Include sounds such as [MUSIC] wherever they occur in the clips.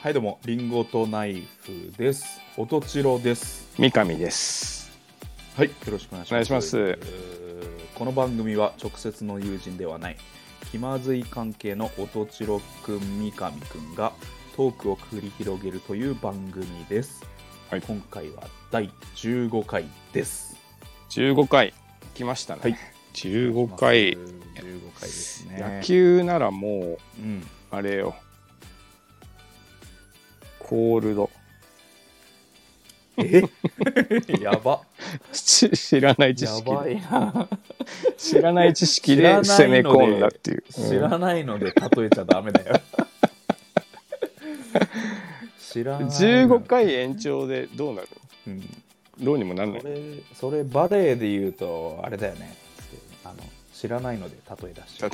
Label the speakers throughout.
Speaker 1: はいどうもリンゴとナイフですおとちろです
Speaker 2: 三上です。
Speaker 1: はいよろしくお願いします
Speaker 2: お願いします
Speaker 1: えーこの番組は直接の友人ではない気まずい関係のおとちろくん三上くんがトークを繰り広げるという番組です、
Speaker 2: はい
Speaker 1: 今回は第15回です
Speaker 2: 15回来ましたね。
Speaker 1: はい
Speaker 2: 15回、
Speaker 1: 15回ですね
Speaker 2: 野球ならもう
Speaker 1: うん
Speaker 2: あれよ。コールド。 [LAUGHS]
Speaker 1: え [LAUGHS] やば
Speaker 2: し知らない知
Speaker 1: や
Speaker 2: 識。
Speaker 1: ばいな
Speaker 2: 知らない知識
Speaker 1: 知らな
Speaker 2: で
Speaker 1: い
Speaker 2: 攻め込んだっていう。
Speaker 1: 知
Speaker 2: うん
Speaker 1: らないので例えちゃダメだよ [LAUGHS] 知らないの
Speaker 2: 15回延長でどうなる
Speaker 1: うん
Speaker 2: どうにもなんない
Speaker 1: そ。れそれバレエで言うとあれだよねあの知らないので例え出しちゃう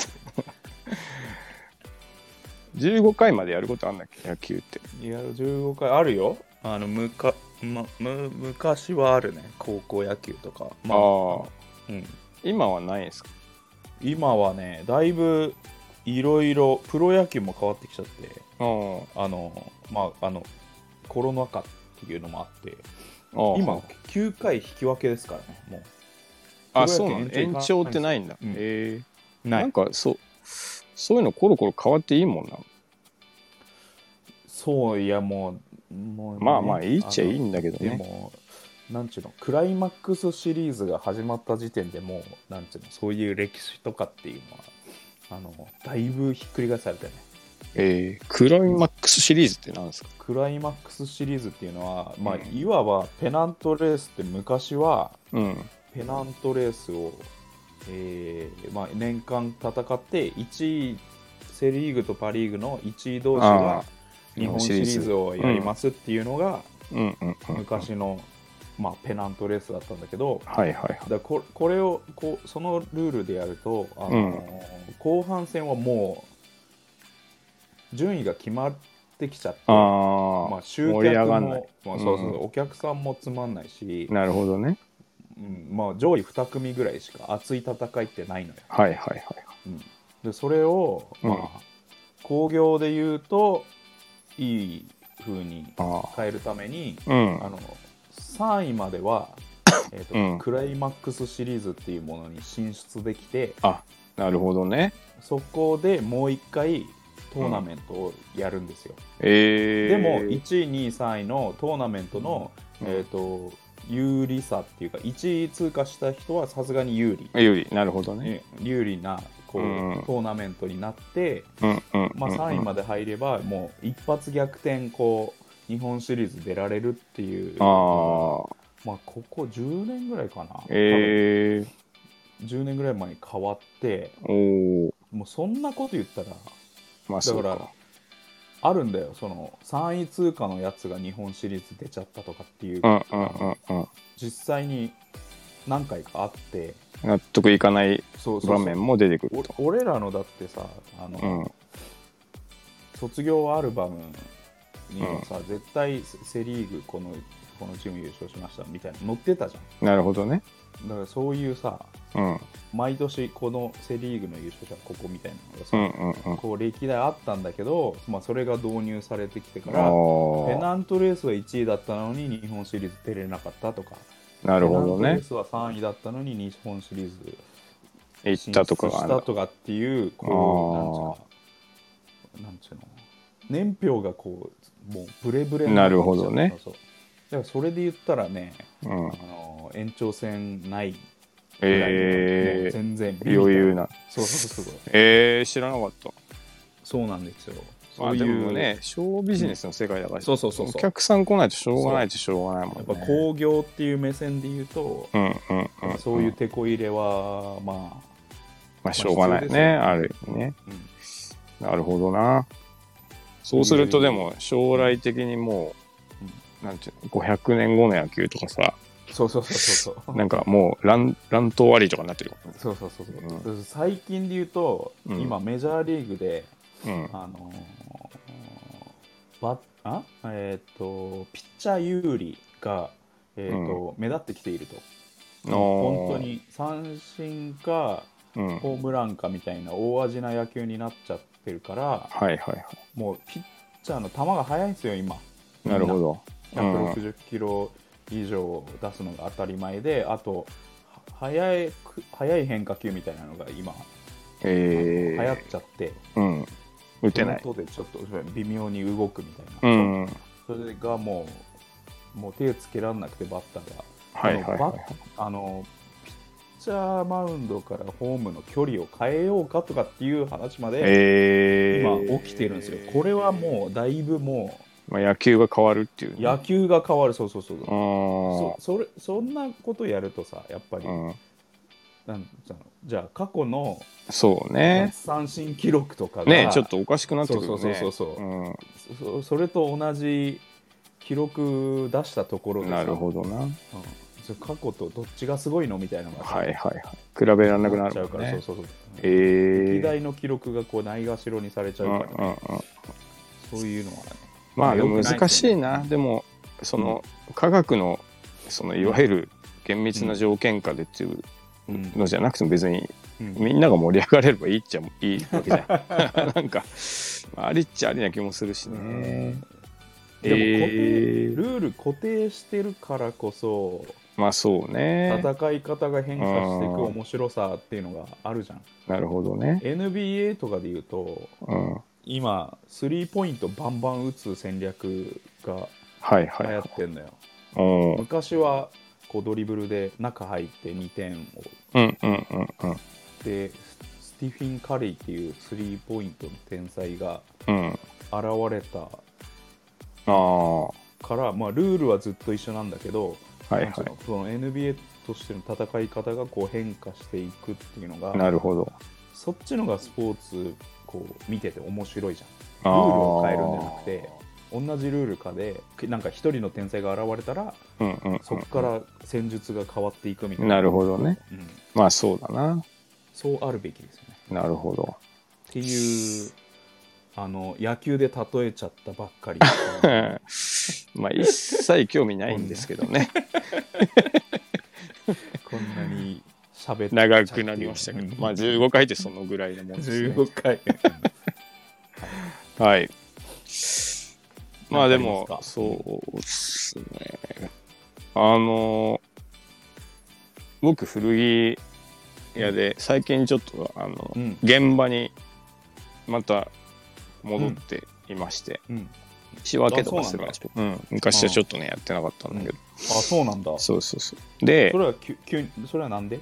Speaker 2: 15回までやることあんだっけ野球って。
Speaker 1: いや15回あるよあのむか、ま、む昔はあるね高校野球とか
Speaker 2: あ
Speaker 1: ま
Speaker 2: あ
Speaker 1: あ、
Speaker 2: ー。
Speaker 1: うん、
Speaker 2: 今はないんですか
Speaker 1: 今はねだいぶいろいろプロ野球も変わってきちゃって
Speaker 2: あー
Speaker 1: あのまああのコロナ禍っていうのもあって
Speaker 2: あー。
Speaker 1: 今9回引き分けですからねも
Speaker 2: あ、そうなんだ。
Speaker 1: プロ野球
Speaker 2: 延長ってないんだ。
Speaker 1: うん
Speaker 2: え
Speaker 1: う
Speaker 2: えなんかそう、そういうのコロコロ変わっていいもんな。
Speaker 1: そういやもうもうね、
Speaker 2: まあまあ、いいっちゃいいんだけど
Speaker 1: で
Speaker 2: ね。
Speaker 1: も、なんちゅうの、クライマックスシリーズが始まった時点でもう、なんちゅうの、そういう歴史とかっていうのは、あの、だいぶひっくり返されたよね。
Speaker 2: ええクライマックスシリーズってなんですか
Speaker 1: クライマックスシリーズっていうのは、まあ、
Speaker 2: うん
Speaker 1: いわばペナントレースって昔は、
Speaker 2: うん。
Speaker 1: ペナントレースを、えーまあ、年間戦って、1位、セ・リーグとパ・リーグの1位同士
Speaker 2: あ
Speaker 1: が
Speaker 2: あ
Speaker 1: 日本シリーズをやりますっていうのが、
Speaker 2: うんうんうん。
Speaker 1: 昔の、まあ、ペナントレースだったんだけど、
Speaker 2: はいはいはい。
Speaker 1: だからここれをこうそのルールでやると、あのー後半戦はもう順位が決まってきちゃって
Speaker 2: あ
Speaker 1: ま
Speaker 2: あ
Speaker 1: あ、、集客も
Speaker 2: 盛り上がんない
Speaker 1: まあ、そうそう
Speaker 2: うん
Speaker 1: お客さんもつまんないし、
Speaker 2: なるほどね。
Speaker 1: うんまあ、上位2組ぐらいしか熱い戦いってないのよ。
Speaker 2: はいはいはい。
Speaker 1: でそれを、
Speaker 2: うん
Speaker 1: まあ、興行で言うといい風に
Speaker 2: あ
Speaker 1: 変えるために
Speaker 2: あ。うん。
Speaker 1: あの3位まで
Speaker 2: [COUGHS]
Speaker 1: は、えーと
Speaker 2: うん
Speaker 1: クライマックスシリーズっていうものに進出できて
Speaker 2: あ、なるほどね。
Speaker 1: そこでもう1回トーナメントをやるんですよ、
Speaker 2: ええ
Speaker 1: でも1位2位3位のトーナメントの、
Speaker 2: うん
Speaker 1: えー、と有利さっていうか1位通過した人はさすがに有利、
Speaker 2: 有利。なるほどね。
Speaker 1: 有利なこう、
Speaker 2: うん
Speaker 1: トーナメントになって、
Speaker 2: うんうん。
Speaker 1: まあ、3位まで入ればもう一発逆転こう日本シリーズ出られるっていう
Speaker 2: ああ。
Speaker 1: まあ、ここ10年ぐらいかな、
Speaker 2: ええ
Speaker 1: 多分10年ぐらい前に変わって
Speaker 2: おお。
Speaker 1: もうそんなこと言ったら
Speaker 2: まあそ
Speaker 1: だ
Speaker 2: う
Speaker 1: から
Speaker 2: か。
Speaker 1: あるんだよその3位通過のやつが日本シリーズ出ちゃったとかっていう、
Speaker 2: うんうんうんうん。
Speaker 1: 実際に何回かあって
Speaker 2: 納得いかない
Speaker 1: そうそうそう
Speaker 2: 場面も出てくると。
Speaker 1: お俺らのだってさあの、
Speaker 2: うん。
Speaker 1: 卒業アルバムにもさ、絶対セ・リーグこのこのチーム優勝しましたみたいな載ってたじゃ
Speaker 2: なるほどね。
Speaker 1: んだからそういうさ
Speaker 2: うん。
Speaker 1: 毎年このセ・リーグの優勝者はここみたいなのがさ、
Speaker 2: うんうんうん。
Speaker 1: こう歴代あったんだけど、まあ、それが導入されてきてか
Speaker 2: あ
Speaker 1: らペ
Speaker 2: あ。
Speaker 1: ナントレースは1位だったのに日本シリーズ出れなかったとか
Speaker 2: なるほど
Speaker 1: ペナントレ
Speaker 2: ね
Speaker 1: ー。スは3位だったのに日本シリーズ
Speaker 2: 行
Speaker 1: 進
Speaker 2: った
Speaker 1: 出
Speaker 2: とかがあ
Speaker 1: し
Speaker 2: る
Speaker 1: たとかっていうこうなんちゅうかなんちゅうの年表がこうもうブレブレにってきちゃう
Speaker 2: なるほどね
Speaker 1: そうそうだからそれで言ったらね、
Speaker 2: うん
Speaker 1: あ。の延長戦ないぐらいのもう
Speaker 2: ええ
Speaker 1: 全然
Speaker 2: 余裕な。
Speaker 1: そうそうそうそう
Speaker 2: ええ知らなかった。
Speaker 1: そうなんですよ
Speaker 2: ま
Speaker 1: そ
Speaker 2: あ
Speaker 1: うい
Speaker 2: で
Speaker 1: う
Speaker 2: もね、ショービジネスの世界だから、
Speaker 1: そうそうそうそう
Speaker 2: お客さん来ないとしょうがないとしょうがないもん
Speaker 1: やっ
Speaker 2: ね。
Speaker 1: ぱ興行っていう目線で言うと、
Speaker 2: うんうんうんん。
Speaker 1: そういうテこ入れはま
Speaker 2: まあしょうがないね、
Speaker 1: ま
Speaker 2: あ
Speaker 1: あ必要
Speaker 2: る
Speaker 1: です
Speaker 2: 意味ね。
Speaker 1: あ、うん
Speaker 2: なるほどな。そうするとでも将来的にも
Speaker 1: うん
Speaker 2: う、なんていうの、500年後の野球とかさ、
Speaker 1: そうそうそうそうそう
Speaker 2: なんかもう乱乱闘割りとかになってるか
Speaker 1: そうそうそうそう、最近で言うと、
Speaker 2: うん
Speaker 1: 今メジャーリーグで
Speaker 2: ら。うん。
Speaker 1: あのーバあえっ、とピッチャー有利がえっ、と、目立ってきていると
Speaker 2: あー
Speaker 1: 本当。に三振か
Speaker 2: うん。はい
Speaker 1: ホームランかみたいな大味な野球になっちゃってるから
Speaker 2: はいはい。
Speaker 1: もうピッチャーの球が速いんですよ、今。
Speaker 2: なるほど。うん
Speaker 1: 160キロ以上を出すのが当たり前で、あと、は速いく速い変化球みたいなのが今、
Speaker 2: え
Speaker 1: 流行っ
Speaker 2: え
Speaker 1: ちゃって、
Speaker 2: うん。打てない。
Speaker 1: 手元でちょっと微妙に動くみたいな。
Speaker 2: うん。はい
Speaker 1: それがもう、もう手つけられなくて、バッターが。
Speaker 2: はい
Speaker 1: あのバッ
Speaker 2: は
Speaker 1: あのピッチャーマウンドからホームの距離を変えようかとかっていう話ま
Speaker 2: い。
Speaker 1: で
Speaker 2: え
Speaker 1: 今
Speaker 2: え
Speaker 1: 起きてるんですよ、これはもうだいぶも
Speaker 2: まあ、野球が変わるっていう
Speaker 1: う
Speaker 2: ね。
Speaker 1: 野球が変わる、そうそうそう、
Speaker 2: あ
Speaker 1: そそれそんなことやるとさ、やっぱり、
Speaker 2: あ。うん。
Speaker 1: なんつうのじゃあ、過去の
Speaker 2: そうね。
Speaker 1: 三振記録とかが、
Speaker 2: ねちょっとおかしくなってくるね。
Speaker 1: そうそうそうそうそう
Speaker 2: うん
Speaker 1: そそれと同じ記録出したところでさ
Speaker 2: なるほどな。
Speaker 1: うんそれ過去とどっちがすごいのみたいなのがさ
Speaker 2: はいはいはい。比べられなくな
Speaker 1: っちゃ
Speaker 2: る
Speaker 1: う
Speaker 2: も
Speaker 1: か
Speaker 2: ん
Speaker 1: ら、
Speaker 2: ね。
Speaker 1: そうそうそう。歴
Speaker 2: えー
Speaker 1: 代の記録がこうないがしろにされちゃ
Speaker 2: う
Speaker 1: うんか
Speaker 2: うん
Speaker 1: ら、
Speaker 2: うん
Speaker 1: そういうのはね。
Speaker 2: まあで
Speaker 1: 良
Speaker 2: も
Speaker 1: くない
Speaker 2: 難しいな。でも、その、科学の、そのいわゆる厳密な条件下でっていう
Speaker 1: うん
Speaker 2: のじゃなくても別に
Speaker 1: うん
Speaker 2: みんなが盛り上がれればいいっちゃいいわけ
Speaker 1: [LAUGHS]
Speaker 2: じゃん。なんか、まあ、ありっちゃありな気もするしね。
Speaker 1: でも固定、
Speaker 2: えー
Speaker 1: ルール固定してるからこそ
Speaker 2: まあそうね。
Speaker 1: 戦い方が変化していく
Speaker 2: うん
Speaker 1: 面白さっていうのがあるじゃん。
Speaker 2: なるほどね。
Speaker 1: NBA とかで言うと
Speaker 2: うん。はい
Speaker 1: 今スリーポイントバンバン打つ戦略が
Speaker 2: はい
Speaker 1: 流行
Speaker 2: は
Speaker 1: ってんのよ。
Speaker 2: い。うん。うん
Speaker 1: 昔はこうドリブルで中入って2点を
Speaker 2: うんうんうん
Speaker 1: でススティフィン・カリーっていうスリーポイントの天才が
Speaker 2: うん。うん。
Speaker 1: 現れた
Speaker 2: ああ。は
Speaker 1: から、まあ、ルールはずっと一緒なんだけど、
Speaker 2: い
Speaker 1: なんつう
Speaker 2: は
Speaker 1: のその NBA としての戦い方がこう変化していくっていうの
Speaker 2: い。
Speaker 1: が
Speaker 2: なるほど。
Speaker 1: そっちのがスポーツこう見てて面白いじル
Speaker 2: ル
Speaker 1: ールを変えるんじゃなくてゃん同じルールかでなんか一人の天才が現れたら
Speaker 2: うんうんうん、
Speaker 1: そこから戦術が変わっていくみたいな、
Speaker 2: なるほどね。
Speaker 1: うん
Speaker 2: まあそうだな。
Speaker 1: そうあるべきですよね
Speaker 2: なるほど。
Speaker 1: っていうあの野球で例えちゃったばっか
Speaker 2: [LAUGHS]
Speaker 1: り
Speaker 2: まあ一切興味ないんですけどね。
Speaker 1: こんなに喋って
Speaker 2: [LAUGHS] 長くなりましたけど、まあ
Speaker 1: ず
Speaker 2: 15回でそのぐらいのもんです、ね。
Speaker 1: 15回
Speaker 2: はい。まあで
Speaker 1: なんかあ
Speaker 2: も
Speaker 1: り、ますか
Speaker 2: そうですね。あの、僕、古着屋で、最近ちょっと、あの、
Speaker 1: うん
Speaker 2: 現場にまた戻っていまして、
Speaker 1: うん
Speaker 2: 仕分けとかする
Speaker 1: あ
Speaker 2: んですけど、うん、昔はちょっとね、やってなかったんだけど、
Speaker 1: あそうなんだそ
Speaker 2: そうそうそう。で、
Speaker 1: れはきゅ急にそれはなんで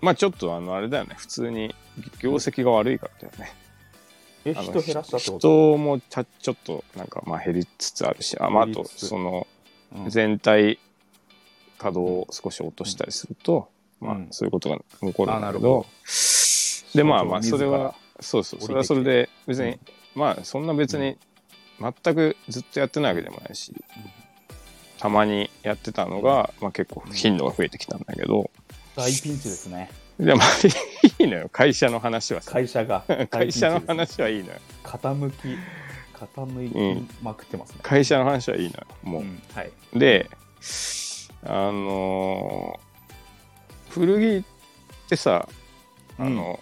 Speaker 2: まあちょっと、あの、あれだよね、普通に業績が悪いからだよね。
Speaker 1: え
Speaker 2: あの
Speaker 1: 人減らしたってこと
Speaker 2: 人もちゃちょっとなんかまあ減りつつあるしあ,、まあ、あ
Speaker 1: 減り
Speaker 2: と
Speaker 1: つつ
Speaker 2: その
Speaker 1: うん
Speaker 2: 全体稼働を少し落としたりすると、
Speaker 1: うん
Speaker 2: まあ
Speaker 1: うん
Speaker 2: そういうことが起こるん
Speaker 1: あな
Speaker 2: だけ
Speaker 1: るほど
Speaker 2: どでまあまあ
Speaker 1: 自
Speaker 2: そ
Speaker 1: ら
Speaker 2: れはそうそ
Speaker 1: 降りてき
Speaker 2: う
Speaker 1: て
Speaker 2: それはそれで別に、
Speaker 1: うん
Speaker 2: まあそんな別に全くずっとやってないわけでもないし、たまにやってたのが、まあ、結構頻度が増えてきたんだけど
Speaker 1: 大ピンチですね
Speaker 2: でまあ [LAUGHS] いいのよ会社の話はさ
Speaker 1: 会社が
Speaker 2: [LAUGHS] 会社の
Speaker 1: 大ピンチです
Speaker 2: 話はいいのよ
Speaker 1: 傾き傾きまくってますね、
Speaker 2: 会社の話はいいのよもう。
Speaker 1: うんはい
Speaker 2: で、あのー古着ってさ、あの、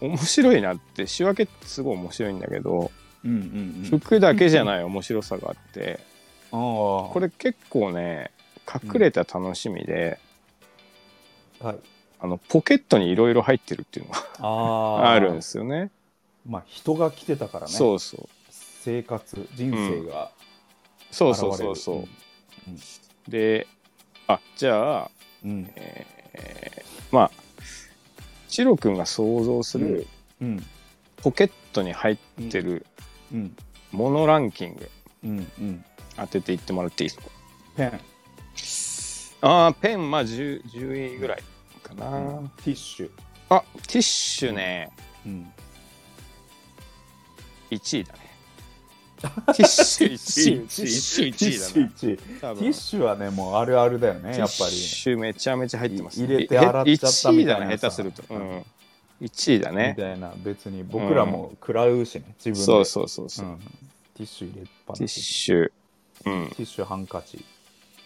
Speaker 2: 面白いなって、仕分けってすごい面白いんだけど、
Speaker 1: うんうんうん
Speaker 2: 服だけじゃない面白さがあって、
Speaker 1: あこ
Speaker 2: これ結構ね、隠れた楽しみで、
Speaker 1: はい
Speaker 2: あの、ポケットにいろいろ入ってるっていうの
Speaker 1: あー
Speaker 2: があるんですよね。
Speaker 1: まあ人が来てたからね
Speaker 2: そうそう。
Speaker 1: 生活人生が
Speaker 2: そう
Speaker 1: 現れ
Speaker 2: そ
Speaker 1: る、
Speaker 2: うそうそう。
Speaker 1: うん
Speaker 2: で、あ、じゃあ、
Speaker 1: うん
Speaker 2: えーまあ、チロ君が想像する
Speaker 1: うん
Speaker 2: ポケットに入ってる
Speaker 1: うん
Speaker 2: ものランキング
Speaker 1: うんうん
Speaker 2: 当てていってもらっていいですか
Speaker 1: ペン、うん、テ
Speaker 2: ああペンまあ 10, 10位ぐらいかな、
Speaker 1: ィッシュ、
Speaker 2: あティッシュね
Speaker 1: うん、
Speaker 2: 1位だね
Speaker 1: [LAUGHS]
Speaker 2: ティッシュ1位
Speaker 1: ティッシュ
Speaker 2: ティッ
Speaker 1: ティッシュ1
Speaker 2: シュ1位
Speaker 1: 位
Speaker 2: だな多
Speaker 1: ティッ
Speaker 2: 分
Speaker 1: シュはねもうあるあるだよねやっ
Speaker 2: ティ
Speaker 1: ぱ
Speaker 2: ッ
Speaker 1: り
Speaker 2: シュめちゃめちゃ入ってます、
Speaker 1: 入れて洗っちゃったみたいな
Speaker 2: 1位だね下手すると、う、
Speaker 1: うん
Speaker 2: 1位だ
Speaker 1: み
Speaker 2: ね
Speaker 1: たいな別に僕らも食らうしね自分で
Speaker 2: そうそうそうそう、
Speaker 1: うんティッシュ入れっぱ
Speaker 2: ティ
Speaker 1: な
Speaker 2: ッ
Speaker 1: し
Speaker 2: シュうん
Speaker 1: ティッシュハンカチ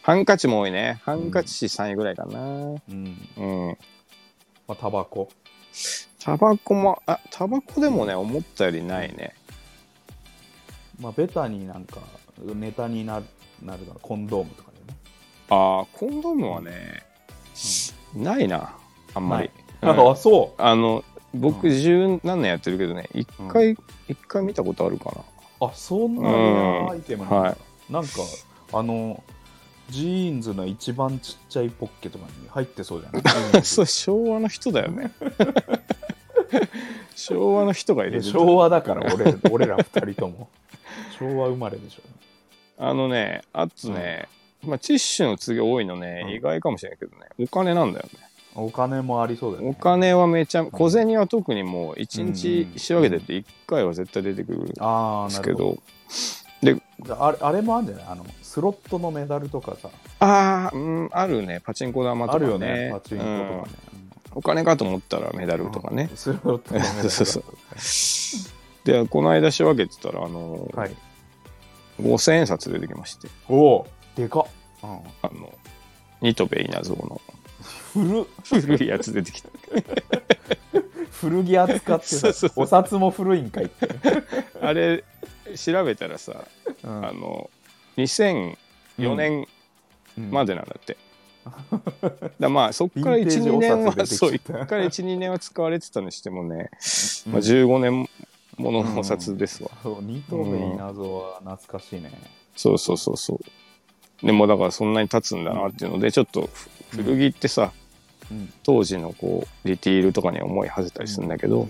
Speaker 2: ハンカチも多いねハンカチ3位ぐらいかな
Speaker 1: うん
Speaker 2: うん
Speaker 1: まあタバコ
Speaker 2: タバコもあタバコでもね思ったよりないね
Speaker 1: まあ、ベタになんかネタになるなるのはコンドームとかだよね
Speaker 2: ああコンドームはね、ないなあんまり、うん
Speaker 1: なんか [LAUGHS] あそう
Speaker 2: あの僕
Speaker 1: うん
Speaker 2: 十何年やってるけどね一回一、回見たことあるか
Speaker 1: あそんなレアアイテムなんだ、
Speaker 2: うんはい
Speaker 1: なんかあのジーンズの一番ちっちゃいポッケとかに入ってそうじゃな
Speaker 2: な [LAUGHS]
Speaker 1: い
Speaker 2: それ昭和の人だよ
Speaker 1: [LAUGHS]
Speaker 2: ね昭和の人が入れ
Speaker 1: で
Speaker 2: てた
Speaker 1: 昭和だから俺
Speaker 2: [LAUGHS]
Speaker 1: 俺ら二人とも昭和生まれでしょ
Speaker 2: あのねあとね、まあ、ティッシュの次多いのね、
Speaker 1: うん
Speaker 2: 意外かもしれないけどねお金なんだよ
Speaker 1: お金もありそうだよ
Speaker 2: ねお
Speaker 1: ね
Speaker 2: 金はめちゃ小銭は特にもう一日
Speaker 1: うん
Speaker 2: 仕上げてって1回は絶対出てくるんで
Speaker 1: ああな
Speaker 2: すけ
Speaker 1: る
Speaker 2: ど,、
Speaker 1: ほどじゃああれあれもあるんじゃないあのスロットのメダルとかさ
Speaker 2: ああうんあるねパチンコ玉と
Speaker 1: あ
Speaker 2: かね
Speaker 1: るよねパチンコとかね、
Speaker 2: うんお金かと思ったらメダルとかね、
Speaker 1: スロットのメダルとか
Speaker 2: [LAUGHS] そうそうでこの間仕分けてたらあの、
Speaker 1: はい
Speaker 2: 5,000円札出てきまして
Speaker 1: おおでかっ、
Speaker 2: あのニトベイナゾウの
Speaker 1: 古っ
Speaker 2: 古いやつ出て
Speaker 1: [LAUGHS]
Speaker 2: きた
Speaker 1: 古着扱って
Speaker 2: そうそ
Speaker 1: さ
Speaker 2: うそう
Speaker 1: お札も古いんかいって、
Speaker 2: あれ調べたらさ
Speaker 1: うん
Speaker 2: あの2004年までなんだって、だまあそっから
Speaker 1: ヴィンテージ
Speaker 2: 12年
Speaker 1: お札出
Speaker 2: は
Speaker 1: てきた
Speaker 2: そうそっから12年は使われてたにしてもね、まあ、15年もののお札ですわ、
Speaker 1: そう二頭目稲造は懐かしいね、
Speaker 2: そうそうそうそうでもだからそんなに経つんだなっていうのでちょっとふ古着ってさ
Speaker 1: うん
Speaker 2: 当時のこうディティールとかに思い馳せたりするんだけど、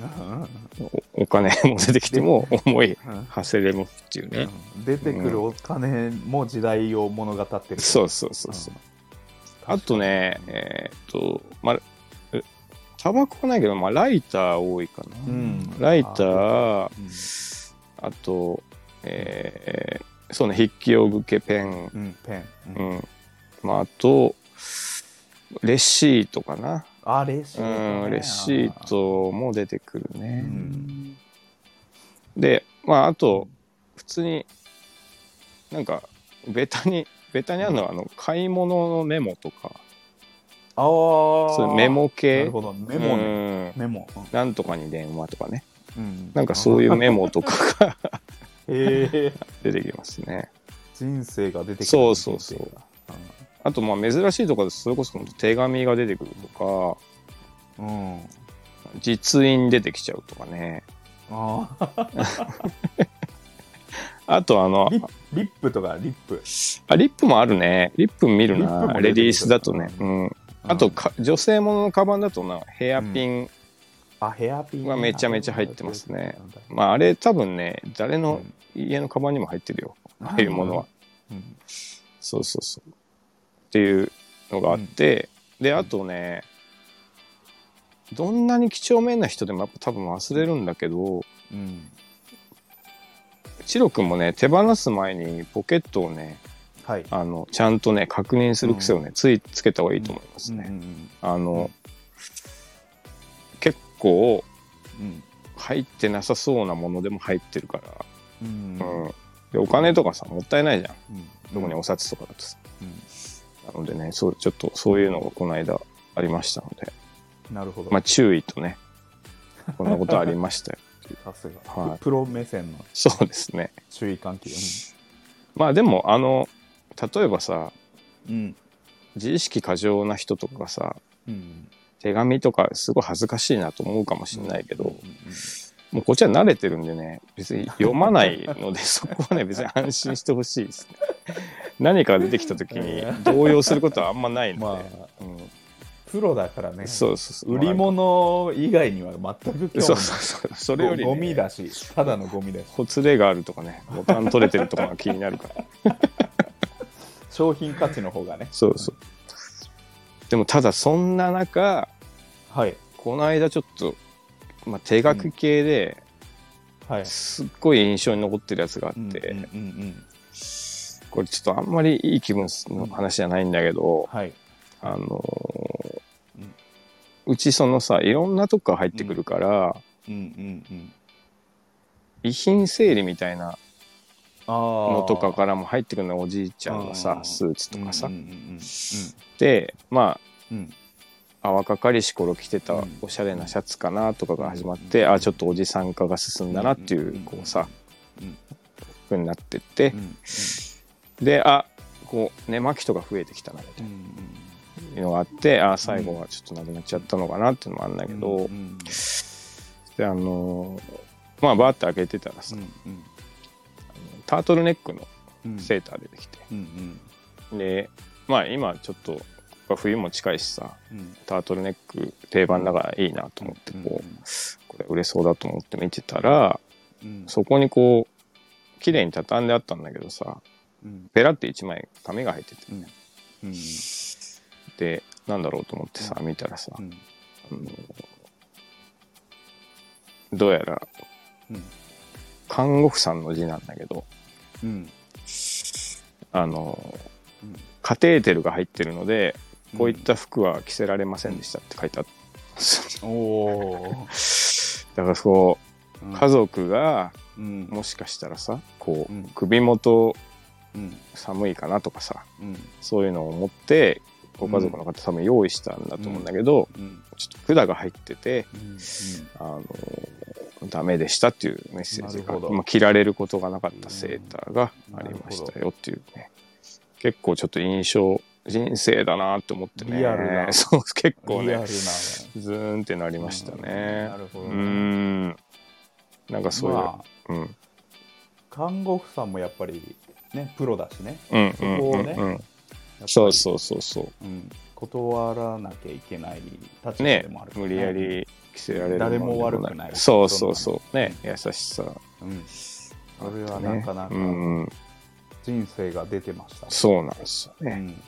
Speaker 2: おお金も出てきても思い馳せれもっていうね、
Speaker 1: 出てくるお金も時代を物語ってる、
Speaker 2: そうそうそうそう、あとねえーっとまあえタバコはないけど、まあ、ライター多いかな、
Speaker 1: うん
Speaker 2: ライター
Speaker 1: うん
Speaker 2: あとえーそうね筆記用具系ペン
Speaker 1: うん、ペン、うん
Speaker 2: うんまああとレシートかな
Speaker 1: あレシー
Speaker 2: う
Speaker 1: トね、
Speaker 2: んレシートも出てくる
Speaker 1: う
Speaker 2: ね、
Speaker 1: ん
Speaker 2: でまああと普通になんかベタにベタにあるのはあの買い物のメモとか
Speaker 1: ああ
Speaker 2: そういうメモ
Speaker 1: な
Speaker 2: 系
Speaker 1: るほどメモね、
Speaker 2: うん
Speaker 1: メモ、
Speaker 2: なんとかに電話とかね
Speaker 1: うん
Speaker 2: なんかそういうメモとかが
Speaker 1: へえ
Speaker 2: 出てきますね [LAUGHS]
Speaker 1: 人生が出てくる
Speaker 2: そうそうそう
Speaker 1: 人
Speaker 2: あとまあ珍しいところでそれこそ本当手紙が出てくると
Speaker 1: 生がうん、うん
Speaker 2: か実印出てきちゃうとかね
Speaker 1: あー
Speaker 2: あとあの
Speaker 1: リッリップとかリップ
Speaker 2: あリップもあるねリップ見る
Speaker 1: リップも出てく
Speaker 2: な
Speaker 1: る
Speaker 2: レディースだとね、うん、あ
Speaker 1: う
Speaker 2: と
Speaker 1: ん
Speaker 2: か女性もののカバンだとなヘアピン、
Speaker 1: あヘアピン
Speaker 2: はめちゃめちゃ入ってますねまああれ多分ね誰の家のカバンにも入ってるよああいうものは
Speaker 1: うん
Speaker 2: そうそうそうっていうのがあって、であとねどんなに几帳面な人でもやっぱ多分忘れるんだけど
Speaker 1: うん
Speaker 2: チロ君もね手放す前にポケットをね
Speaker 1: はい
Speaker 2: あのちゃんとね確認する癖をね、ついつけた方がいいと思いますね、
Speaker 1: うんうん
Speaker 2: あの結構
Speaker 1: うん
Speaker 2: 入ってなさそうなものでも入ってるから
Speaker 1: うん
Speaker 2: うん、でお金とかさもったいないじゃん
Speaker 1: うん
Speaker 2: 特にお札とかだとさ、
Speaker 1: うん
Speaker 2: なのでねそうちょっとそういうのがこの間ありましたので
Speaker 1: なるほど
Speaker 2: まあ注意とねこんなことありま
Speaker 1: [LAUGHS]
Speaker 2: したよ
Speaker 1: さすが
Speaker 2: はい
Speaker 1: プロ目線の
Speaker 2: そうですね
Speaker 1: 注意喚起
Speaker 2: まあでもあの例えばさ
Speaker 1: うん
Speaker 2: 自意識過剰な人とかがさ
Speaker 1: うん
Speaker 2: 手紙とかすごい恥ずかしいなと思うかもしれないけど、
Speaker 1: うんうん
Speaker 2: もうこっちは慣れてるんでね別に読まないの
Speaker 1: [LAUGHS]
Speaker 2: でそこはね別に安心してほしいですね何か出てきた時に動揺することはあんまないので、
Speaker 1: ま
Speaker 2: うん
Speaker 1: プロだからね
Speaker 2: そうそうそう
Speaker 1: 売り物以外には全く興味
Speaker 2: そうそう
Speaker 1: [LAUGHS]
Speaker 2: そうそれより、ね、
Speaker 1: ゴミだしただのゴミだし
Speaker 2: ほつれがあるとかねボタン取れてるとかが気にな
Speaker 1: [LAUGHS]
Speaker 2: るから
Speaker 1: 商品価値の方がね
Speaker 2: そうそうでもただそんな中
Speaker 1: はい
Speaker 2: この間ちょっと、まあ、手書き系で
Speaker 1: はい
Speaker 2: すっごい印象に残ってるやつがあって、
Speaker 1: うんうんうんうん
Speaker 2: これちょっとあんまりいい気分の話じゃないんだけど、
Speaker 1: はい
Speaker 2: あのー
Speaker 1: うん
Speaker 2: うちそのさいろんなとこから入ってくるから、
Speaker 1: うんうんうん
Speaker 2: 遺品整理みたいな
Speaker 1: あ
Speaker 2: の
Speaker 1: の
Speaker 2: とかからも入ってくるのおじいちゃんの
Speaker 1: あ
Speaker 2: さ
Speaker 1: ー
Speaker 2: スーツとかさ、
Speaker 1: うんうんうん
Speaker 2: でまあ
Speaker 1: うんうん
Speaker 2: あ若かりし頃着てた
Speaker 1: うん
Speaker 2: おしゃれなシャツかなとかが始まって、
Speaker 1: うん
Speaker 2: あちょっとおじさん化が進んだなっていう
Speaker 1: うん
Speaker 2: こうさ、
Speaker 1: うん
Speaker 2: ふうになってって、であこうね巻きとか増えてきたなみたいなのがあってあ最後はちょっとなくなっちゃったのかなっていうのもあるんだけど、であのまあバーって開けてたらさ、タートルネックのセーター出てきて、でまあ今ちょっと冬も近いしさタートルネック定番だからいいなと思ってこう、これ売れそうだと思って見てたらそこにこう綺麗に畳んであったんだけどさペラって1枚紙が入っててでなんだろうと思ってさ見たらさ、あのどうやら看護婦さんの字なんだけどあのカテーテルが入ってるのでこういった服は着せられませんでしたって書いてあったんですよだからそう家族がもしかしたらさこ
Speaker 1: うん
Speaker 2: う首元寒いかなとかさそういうのを持ってご家族の方多分用意したんだと思うんだけど、ちょっと管が入っててあのダメでしたっていうメッセージ
Speaker 1: なる
Speaker 2: が、
Speaker 1: ほど
Speaker 2: まあ、着られることがなかったセーターがありましたよっていうね結構ちょっと印象人生だなと思ってね
Speaker 1: リアルな
Speaker 2: [LAUGHS] そう結構ねズーンってなりましたね
Speaker 1: なるほ
Speaker 2: う
Speaker 1: ど
Speaker 2: ー
Speaker 1: ね
Speaker 2: んなんかそういう、
Speaker 1: まあ
Speaker 2: うん、
Speaker 1: 看護婦さんもやっぱりねプロだしね
Speaker 2: うん
Speaker 1: そうこ
Speaker 2: んう
Speaker 1: を
Speaker 2: ん
Speaker 1: ね、
Speaker 2: うんそうそうそうそう
Speaker 1: ん、断らなきゃいけない立
Speaker 2: う
Speaker 1: 場
Speaker 2: ね
Speaker 1: でもあるから
Speaker 2: 無理や、り着せられる
Speaker 1: 誰も
Speaker 2: んで
Speaker 1: 悪くない
Speaker 2: そうそうそうね優しさ
Speaker 1: うん、それはなかなか
Speaker 2: うん、
Speaker 1: 人生が出てました、
Speaker 2: そうなんですよね、
Speaker 1: うん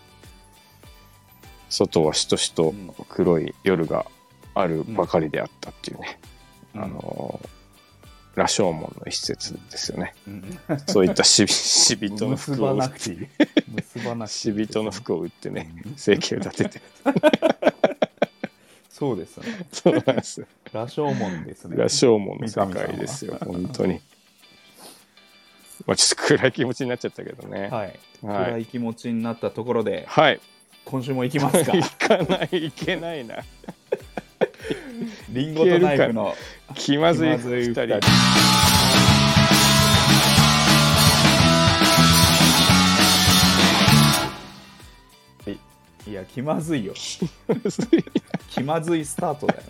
Speaker 2: 外はしとしと黒い夜があるばかりであったっていうね、
Speaker 1: うん
Speaker 2: あの羅生門の一節ですよね、 [LAUGHS]
Speaker 1: うん
Speaker 2: そういった
Speaker 1: [LAUGHS]
Speaker 2: 死人死人の
Speaker 1: 結
Speaker 2: 服
Speaker 1: ば
Speaker 2: を
Speaker 1: なくていい結ばなくてい
Speaker 2: 死
Speaker 1: い
Speaker 2: 人の服を売ってね
Speaker 1: うん
Speaker 2: 生計を立て [LAUGHS] て
Speaker 1: そうですね
Speaker 2: そうなんです
Speaker 1: 羅生門ですね
Speaker 2: 羅生門の世界ですよ本当にまあちょっと暗い気持ちになっちゃったけど
Speaker 1: は
Speaker 2: ね
Speaker 1: い、
Speaker 2: はい
Speaker 1: 暗い気持ちになったところで
Speaker 2: はい
Speaker 1: 今週も行きますか
Speaker 2: [LAUGHS] 行かないいけないな
Speaker 1: リンゴとナイフの
Speaker 2: 気まずい
Speaker 1: 気まずい
Speaker 2: 二人 [LAUGHS]
Speaker 1: 二人いや気まずいよ気まずいスタートだよ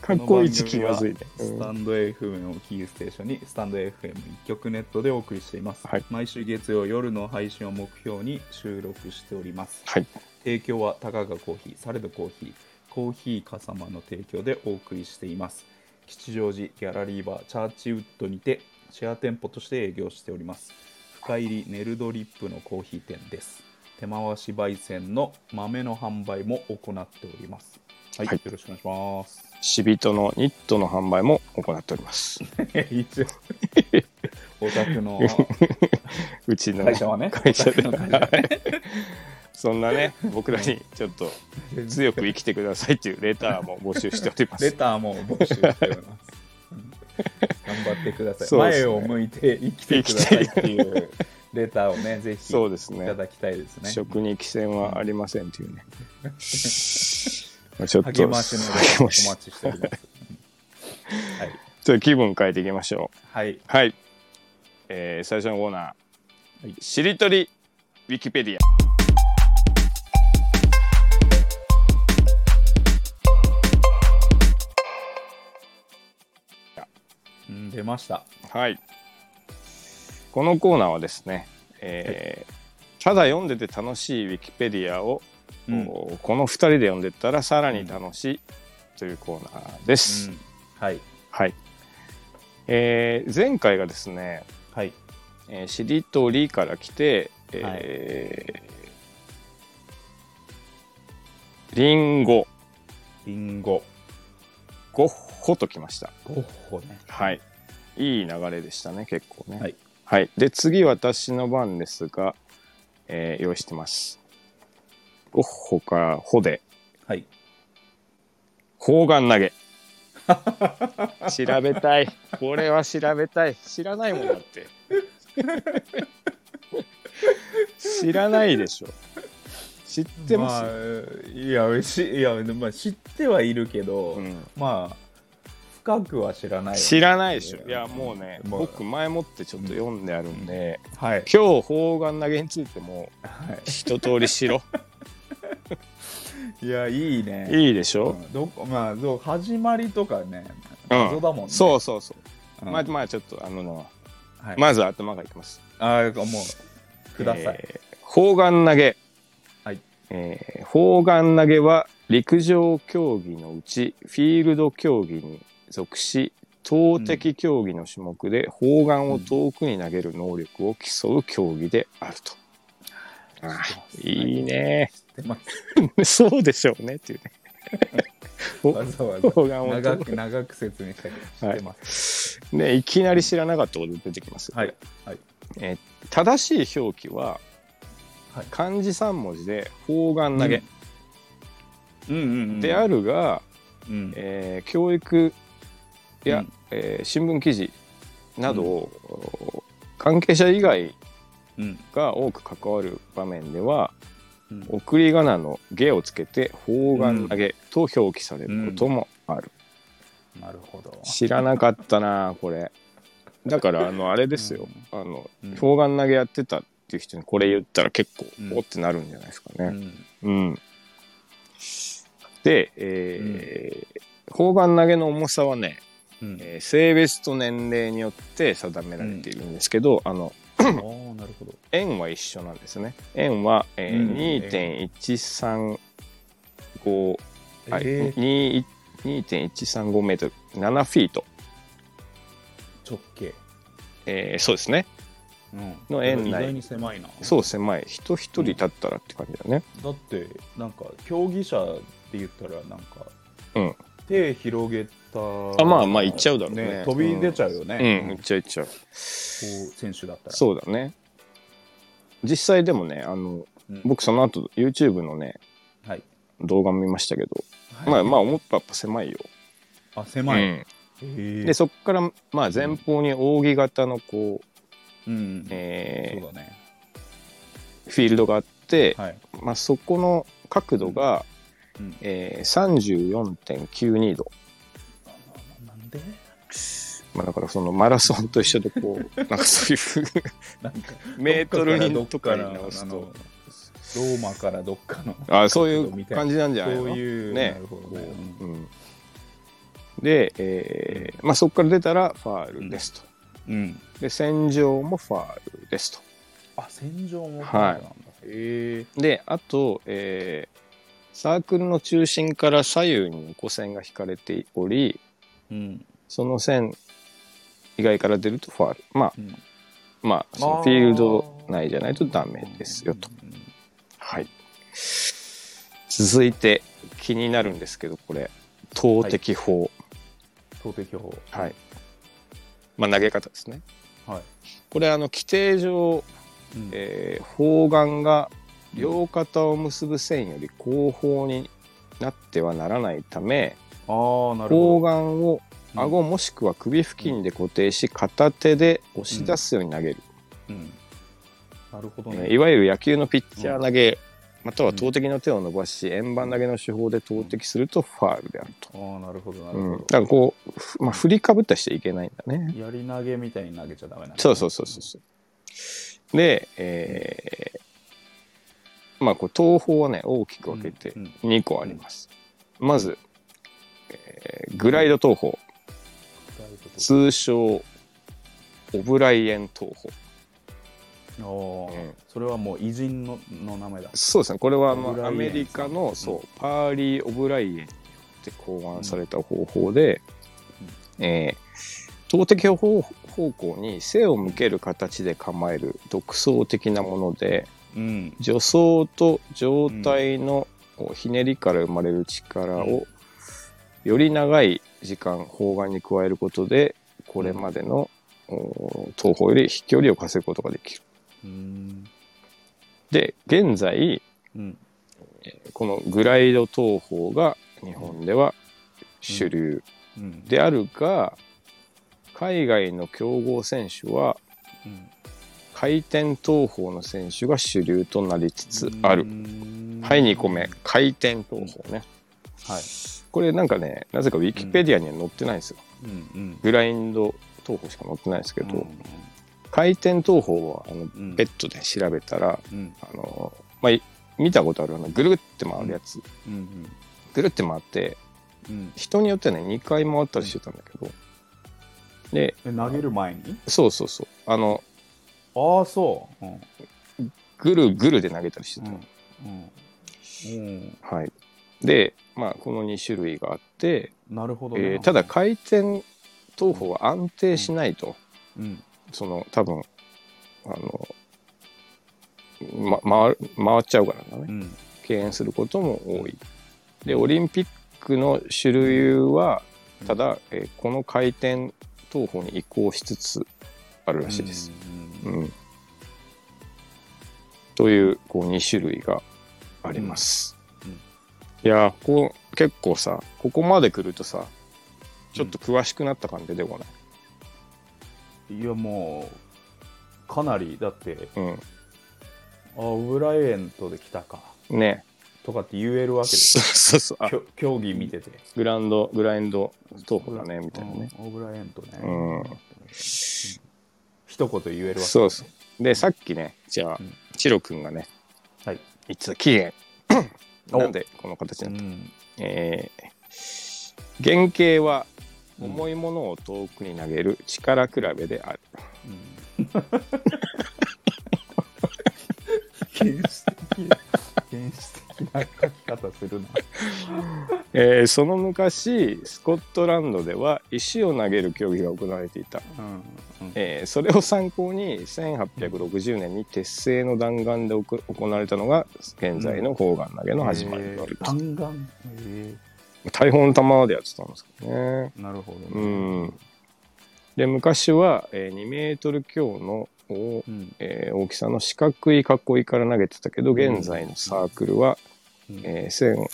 Speaker 1: これ
Speaker 2: かっ [LAUGHS] こいい気まずいね、
Speaker 1: この
Speaker 2: う
Speaker 1: 番組はス
Speaker 2: ん
Speaker 1: タンド FM をキーステーションにスタンド FM 一曲ネットでお送りしています、
Speaker 2: はい
Speaker 1: 毎週月曜夜の配信を目標に収録しております
Speaker 2: はい
Speaker 1: 提供はたかがコーヒーされどコーヒーコーヒーかさまの提供でお送りしています吉祥寺ギャラリーバーチャーチウッドにてシェア店舗として営業しております深入りネルドリップのコーヒー店です手回し焙煎の豆の販売も行っておりますはい、
Speaker 2: はい
Speaker 1: よろしくお願いします
Speaker 2: 死人のニットの販売も行っております。
Speaker 1: 一応お宅の
Speaker 2: うちの
Speaker 1: 会社はね
Speaker 2: 会社で
Speaker 1: お宅の会社ね
Speaker 2: そんなね、僕らにちょっと強く生きてくださいっていうレターも募集しておりま
Speaker 1: レ
Speaker 2: す。
Speaker 1: ターも募集しております頑張ってください、
Speaker 2: そうです
Speaker 1: 前
Speaker 2: ね
Speaker 1: を向いて生きてくださいっていうレターをねぜひ
Speaker 2: そう
Speaker 1: い
Speaker 2: ですね
Speaker 1: た。だきたいですね
Speaker 2: 食に寄せはありませんっていうね。まあちょっと
Speaker 1: 励ましのレター
Speaker 2: 励
Speaker 1: お
Speaker 2: まし
Speaker 1: 待ちしております
Speaker 2: ちょっと気分変えていきましょう。
Speaker 1: はい、はい、
Speaker 2: はい。えー最初のコーナー、
Speaker 1: い
Speaker 2: しりとりウィキペディア。
Speaker 1: うん出ました
Speaker 2: はい。このコーナーはですね、えーただ読んでて楽しいウィキペディアを、
Speaker 1: うん
Speaker 2: こうこの2人で読んでったらさらに楽しいというコーナーです。
Speaker 1: うんはい
Speaker 2: はい。えー前回がですね、
Speaker 1: はい
Speaker 2: えーしりとりから来て、えーリンゴ
Speaker 1: りんご
Speaker 2: ゴッホときました。
Speaker 1: ゴッホね
Speaker 2: はい。いい流れでしたね、結構ね。
Speaker 1: はい
Speaker 2: はい、で次私の番ですが、えー用意してます。ゴッホかホで
Speaker 1: はい
Speaker 2: 砲丸
Speaker 1: [LAUGHS]
Speaker 2: 投げ。調べたい。これは調べたい。知らないもんだって。知らないでしょ。知ってます。
Speaker 1: あ、いやしいや、まあ、知ってはいるけど、
Speaker 2: うん
Speaker 1: まあ深くは知らない、
Speaker 2: 知らないでしょいやもうね、
Speaker 1: まあ
Speaker 2: 僕前もってちょっと読んであるんで、
Speaker 1: はい
Speaker 2: 今日砲丸投げについても
Speaker 1: は
Speaker 2: 一通りしろ
Speaker 1: いいやいい [LAUGHS] ね
Speaker 2: いいでしょ、
Speaker 1: うんどこまあそう始まりとかね
Speaker 2: うん
Speaker 1: 謎だもんね
Speaker 2: そうそうそう
Speaker 1: うん
Speaker 2: まあまあちょっとあのな
Speaker 1: はい
Speaker 2: まず頭からいきます。
Speaker 1: あーもうください
Speaker 2: えー砲丸投げ、
Speaker 1: はい
Speaker 2: えー砲丸投げは陸上競技のうちフィールド競技に属し投擲競技の種目で砲丸を遠くに投げる能力を競う競技であると。あーいいね。 [LAUGHS]
Speaker 1: 知ってます
Speaker 2: そうでしょうねっていう
Speaker 1: [LAUGHS]
Speaker 2: ね。
Speaker 1: わざわざ
Speaker 2: 砲丸を
Speaker 1: 長
Speaker 2: 遠く
Speaker 1: く長く説明したけど知ってます
Speaker 2: ねいきなり知らなかったこと出てきますよ、
Speaker 1: はいはい
Speaker 2: えー正しい表記は
Speaker 1: はい
Speaker 2: 漢字3文字で砲丸投げ
Speaker 1: うんうんうん
Speaker 2: であるが、
Speaker 1: うん
Speaker 2: えー教育や、
Speaker 1: うん
Speaker 2: えー新聞記事などを、関係者以外
Speaker 1: うん
Speaker 2: が多く関わる場面では
Speaker 1: うん
Speaker 2: 送り仮名の「下」をつけて「砲丸投げ」と表記されることもある、
Speaker 1: なるほど
Speaker 2: 知らなかったなこれだからあのあれですよ、あの
Speaker 1: うん
Speaker 2: 砲丸投げやってたっていう人にこれ言ったら結構、
Speaker 1: うん
Speaker 2: おってなるんじゃないですか
Speaker 1: う
Speaker 2: ね、
Speaker 1: ん
Speaker 2: うん、で、えー砲丸投げの重さはね、
Speaker 1: うん
Speaker 2: えー性別と年齢によって定められているんですけど、あの
Speaker 1: あーなるほど
Speaker 2: 円は一緒なんですね円は、えー
Speaker 1: うん
Speaker 2: 2.135、はい
Speaker 1: えー
Speaker 2: に2.135メートル7フィート、
Speaker 1: 直径
Speaker 2: えーそうですね
Speaker 1: うん
Speaker 2: の園内
Speaker 1: 意外に狭いな
Speaker 2: そう狭い人一人立ったらって感じだね、
Speaker 1: だってなんか競技者って言ったらなんか、
Speaker 2: うん
Speaker 1: 手広げた
Speaker 2: あまあまあ行っちゃうだろうね
Speaker 1: 飛び出ちゃうよね、
Speaker 2: うん、い
Speaker 1: こ
Speaker 2: っちゃいっちゃう
Speaker 1: う選手だったら
Speaker 2: そうだね実際でもねあの
Speaker 1: うん
Speaker 2: 僕その後 YouTube のね
Speaker 1: はい、
Speaker 2: 動画見ましたけど、
Speaker 1: はい
Speaker 2: まあまあ思ったやっぱ狭いよ、
Speaker 1: あ狭い、
Speaker 2: う
Speaker 1: へ
Speaker 2: ん
Speaker 1: え
Speaker 2: でそこから、まあ、前方に扇形のこう、
Speaker 1: うん、
Speaker 2: え
Speaker 1: そうだね
Speaker 2: ーフィールドがあって、
Speaker 1: はい、
Speaker 2: まあ、そこの角度が、
Speaker 1: うん、
Speaker 2: えー、34.92度、
Speaker 1: ななんで
Speaker 2: まあ、だからそのマラソンと一緒で
Speaker 1: [LAUGHS]
Speaker 2: こうなんかそういう
Speaker 1: なんか
Speaker 2: メートルに
Speaker 1: ど
Speaker 2: と
Speaker 1: っか
Speaker 2: からに
Speaker 1: どっから
Speaker 2: 直す
Speaker 1: あのロ
Speaker 2: と
Speaker 1: ーマからどっかの
Speaker 2: あそうい
Speaker 1: 角度み
Speaker 2: う
Speaker 1: たいな
Speaker 2: 感じなんじゃないの
Speaker 1: そういう
Speaker 2: ね
Speaker 1: なるほどね
Speaker 2: う、ん、で、えーまあ、そこから出たらファールですと、
Speaker 1: うんうん、
Speaker 2: で戦場もファールですと
Speaker 1: あ戦場も
Speaker 2: はい
Speaker 1: なんだへえ
Speaker 2: であと、えーサークルの中心から左右に横線が引かれており
Speaker 1: うん
Speaker 2: その線以外から出るとファールま
Speaker 1: うん
Speaker 2: あまあそのフィールド内じゃないとダメですよと、
Speaker 1: うんうん
Speaker 2: はい、続いて気になるんですけどこれ投擲法、
Speaker 1: 投擲法
Speaker 2: はいまあ、投げ方ですね
Speaker 1: はい、
Speaker 2: これあの規定上、
Speaker 1: うん
Speaker 2: えー砲丸が両肩を結ぶ線より後方になってはならないため
Speaker 1: ああなるほ
Speaker 2: 砲丸を
Speaker 1: ど
Speaker 2: 顎もしくは首付近で固定し片手で押し出すように投げる、
Speaker 1: うん、うんなるほど
Speaker 2: え
Speaker 1: ね
Speaker 2: ーいわゆる野球のピッチャー投げ、または投擲の手を伸ばし円盤投げの手法で投擲するとファールであると、
Speaker 1: ああなるほどなる
Speaker 2: う
Speaker 1: ほ
Speaker 2: んだ
Speaker 1: ど、
Speaker 2: からこう、ふまあ、振りかぶったりしちゃいけないんだね
Speaker 1: やり投げみたいに投げちゃダメなの
Speaker 2: そうそうそうそうそうで、えーまあこう投法はね大きく分けて
Speaker 1: うんうん
Speaker 2: 2個あります、まず、えーグライド投法
Speaker 1: どういうこと
Speaker 2: 通称オブライエン投法
Speaker 1: おー
Speaker 2: うん
Speaker 1: それはもう偉人のの名前だ
Speaker 2: そうですねこれは、ま
Speaker 1: オブライエ
Speaker 2: あ、
Speaker 1: ン
Speaker 2: アメリカ
Speaker 1: う
Speaker 2: の
Speaker 1: ん
Speaker 2: そうパーリー・オブライエンによって考案された方法で、えー投擲方方向に背を向ける形で構える独創的なもので
Speaker 1: うん
Speaker 2: 助走と上体のひねりから生まれる力をより長い時間砲丸に加えることでこれまでのお投法より飛距離を稼ぐことができる。
Speaker 1: うん
Speaker 2: で現在
Speaker 1: うん
Speaker 2: このグライド投法が日本では主流
Speaker 1: うん
Speaker 2: であるが海外の強豪選手は
Speaker 1: うん
Speaker 2: 回転投法の選手が主流となりつつあ
Speaker 1: う
Speaker 2: る
Speaker 1: ん
Speaker 2: はい2個目回転投法ね
Speaker 1: はい。
Speaker 2: これなんかねなぜかウィキペディアには載ってないんですよ、
Speaker 1: うんうん。
Speaker 2: グラインド投法しか載ってないですけど、
Speaker 1: うん
Speaker 2: 回転投法はあの
Speaker 1: ん
Speaker 2: ベッドで調べたら、
Speaker 1: うん
Speaker 2: あのまあ、い見たことあるあのぐるって回るやつ、
Speaker 1: うん
Speaker 2: ぐるって回って
Speaker 1: うん。
Speaker 2: 人によってはね2回回ったりしてたんだけど、で
Speaker 1: え投げる前に
Speaker 2: そうそうそうあの
Speaker 1: ああ、そう。うん
Speaker 2: ぐるぐるで投げたりしてたの、
Speaker 1: うんうん
Speaker 2: はいでまあこの2種類があって、
Speaker 1: うん、なるほど、ね
Speaker 2: えーただ、回転投法は安定しないと、
Speaker 1: うん
Speaker 2: その多分あの、ま、回る回っちゃうから
Speaker 1: う
Speaker 2: ね
Speaker 1: ん
Speaker 2: 敬遠することも多いでオリンピックの主流はただ、えーこの回転投法に移行しつつあるらしいです、
Speaker 1: うん
Speaker 2: うん、というこう2種類がありま
Speaker 1: う
Speaker 2: す、
Speaker 1: んうん
Speaker 2: いやーこう結構さここまで来るとさちょっと詳しくなった感じ出てこない、
Speaker 1: うんいやもうかなりだって
Speaker 2: うん
Speaker 1: あオブライエントで来たか
Speaker 2: ね
Speaker 1: とかって言えるわけで
Speaker 2: そう
Speaker 1: す
Speaker 2: そうそうあ
Speaker 1: きょ競技見てて
Speaker 2: グラウンドグラインド投法だねみたいなね、
Speaker 1: うんオブライエントね、
Speaker 2: うん
Speaker 1: 一言言えるわけ
Speaker 2: そうそうでさっきねじゃあ、
Speaker 1: うん
Speaker 2: チロ君がね
Speaker 1: はい、
Speaker 2: 言ってた期限
Speaker 1: お
Speaker 2: なんでこの形
Speaker 1: う
Speaker 2: になった、 [LAUGHS]
Speaker 1: ん
Speaker 2: えー原型は
Speaker 1: うん
Speaker 2: 重いものを遠くに投げる力比べである、
Speaker 1: 原始的原始的な書き方するな
Speaker 2: えーその昔スコットランドでは石を投げる競技が行われていた、
Speaker 1: うんうん
Speaker 2: えーそれを参考に1860年に鉄製の弾丸でおく行われたのが現在の砲丸投げの始まりである、
Speaker 1: 弾丸え
Speaker 2: 大砲の弾でやってたんですけどね
Speaker 1: ーなるほどね
Speaker 2: うんで昔は、えー2メートル強の大
Speaker 1: うん
Speaker 2: えー大きさの四角い囲いから投げてたけど現在のサークルは、
Speaker 1: うん
Speaker 2: えー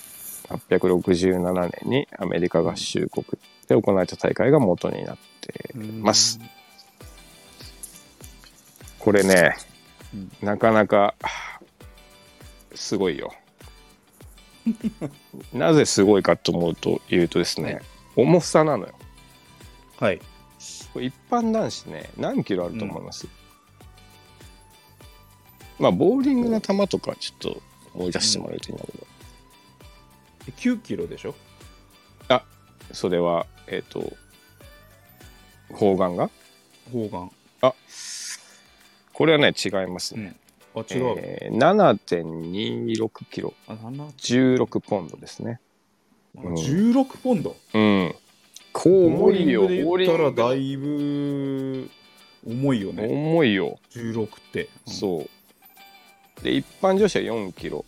Speaker 2: 1867年にアメリカ合衆国で行われた大会が元になってます。これね
Speaker 1: うん
Speaker 2: なかなかはあすご
Speaker 1: [LAUGHS]
Speaker 2: いよ。なぜすごいかと思うと言うとですね、
Speaker 1: はい
Speaker 2: 重さなのよ。
Speaker 1: はい
Speaker 2: これ一般男子ね何キロあると思います、まあボーリングの球とかちょっと思い出してもらうといいんだけど、
Speaker 1: 9キロでしょ
Speaker 2: それはえっ、と砲丸が
Speaker 1: 砲丸
Speaker 2: これはね違いますね、
Speaker 1: んあ違う、
Speaker 2: えー7.26キロ
Speaker 1: あ7
Speaker 2: 16ポンドですねうん
Speaker 1: 16ポンド
Speaker 2: うんこう重いよ
Speaker 1: ボーリングで言ったらだ
Speaker 2: ボーリング
Speaker 1: いぶ重いよね
Speaker 2: 重いよ、
Speaker 1: 16って、
Speaker 2: そうで一般女子は4キロ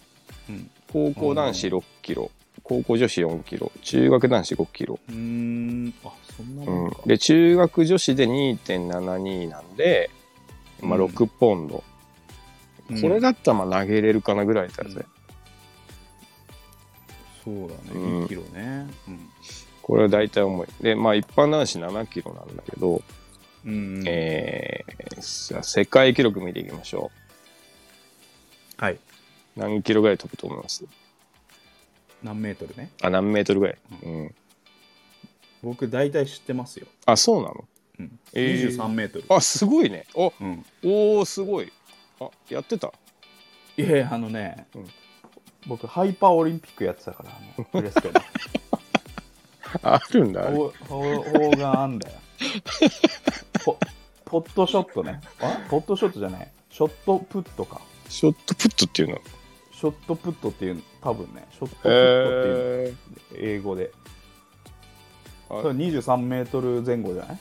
Speaker 1: うん
Speaker 2: 高校男子6キロ、高校女子4キロ中学男子5キロ
Speaker 1: うーんあそんなもんか、
Speaker 2: で中学女子で2.72なんで、まあ、
Speaker 1: うん
Speaker 2: 6ポンド、
Speaker 1: うん
Speaker 2: これだったらまあ投げれるかなぐらいだぜ、
Speaker 1: うんそうだね
Speaker 2: うん
Speaker 1: 1キロねうん、
Speaker 2: これは大体重いでまあ一般男子7キロなんだけど、
Speaker 1: うん
Speaker 2: えーじゃあ世界記録見ていきましょ
Speaker 1: はい。
Speaker 2: う何キロぐらい飛ぶと思います
Speaker 1: 何メートルね。
Speaker 2: あ何メートルぐらい、うん、
Speaker 1: 僕、大体知ってますよ。
Speaker 2: あそうなの
Speaker 1: うん、
Speaker 2: えー
Speaker 1: 23メートル。
Speaker 2: あすごいねお
Speaker 1: うん、
Speaker 2: おーすごいあやってた
Speaker 1: いやいや、あのね、
Speaker 2: うん
Speaker 1: 僕、ハイパーオリンピックやってたから、あのプレスケの。
Speaker 2: あるんだあれ
Speaker 1: ほほ砲丸あん
Speaker 2: [LAUGHS]
Speaker 1: だよ。ポポットショットね。あポットショットじゃない。ショットプットか。
Speaker 2: ショットプットっていうの
Speaker 1: ショットプットっていう、多分ね、ショットプットっていう、
Speaker 2: え
Speaker 1: 英語で。
Speaker 2: あ
Speaker 1: それ23メートル前後じゃない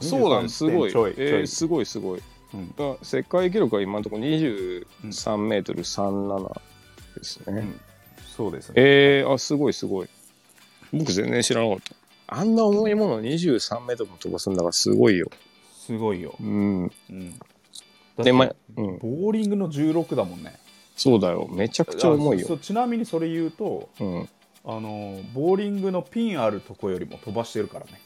Speaker 2: ー、そうなのすごい
Speaker 1: 23ちょい、
Speaker 2: えー
Speaker 1: ち
Speaker 2: すごいすごい
Speaker 1: ょい。うん
Speaker 2: あ世界記録は今のところ23メートル37ですね。
Speaker 1: んそうですね。
Speaker 2: えー、あ、すごいすごい。僕全然知らなかった。あんな重いものを23メートルも飛ばすんだからすごいよ。
Speaker 1: すごいよ。
Speaker 2: うん。
Speaker 1: うん。
Speaker 2: で、ま
Speaker 1: だって、
Speaker 2: うん。
Speaker 1: ボーリングの16だもんね。
Speaker 2: そうだよ。めちゃくちゃ重い
Speaker 1: あそ
Speaker 2: よ。
Speaker 1: うちなみにそれ言うと、
Speaker 2: うん。
Speaker 1: あのボーリングのピンあるとこよりも飛ばしてるからね。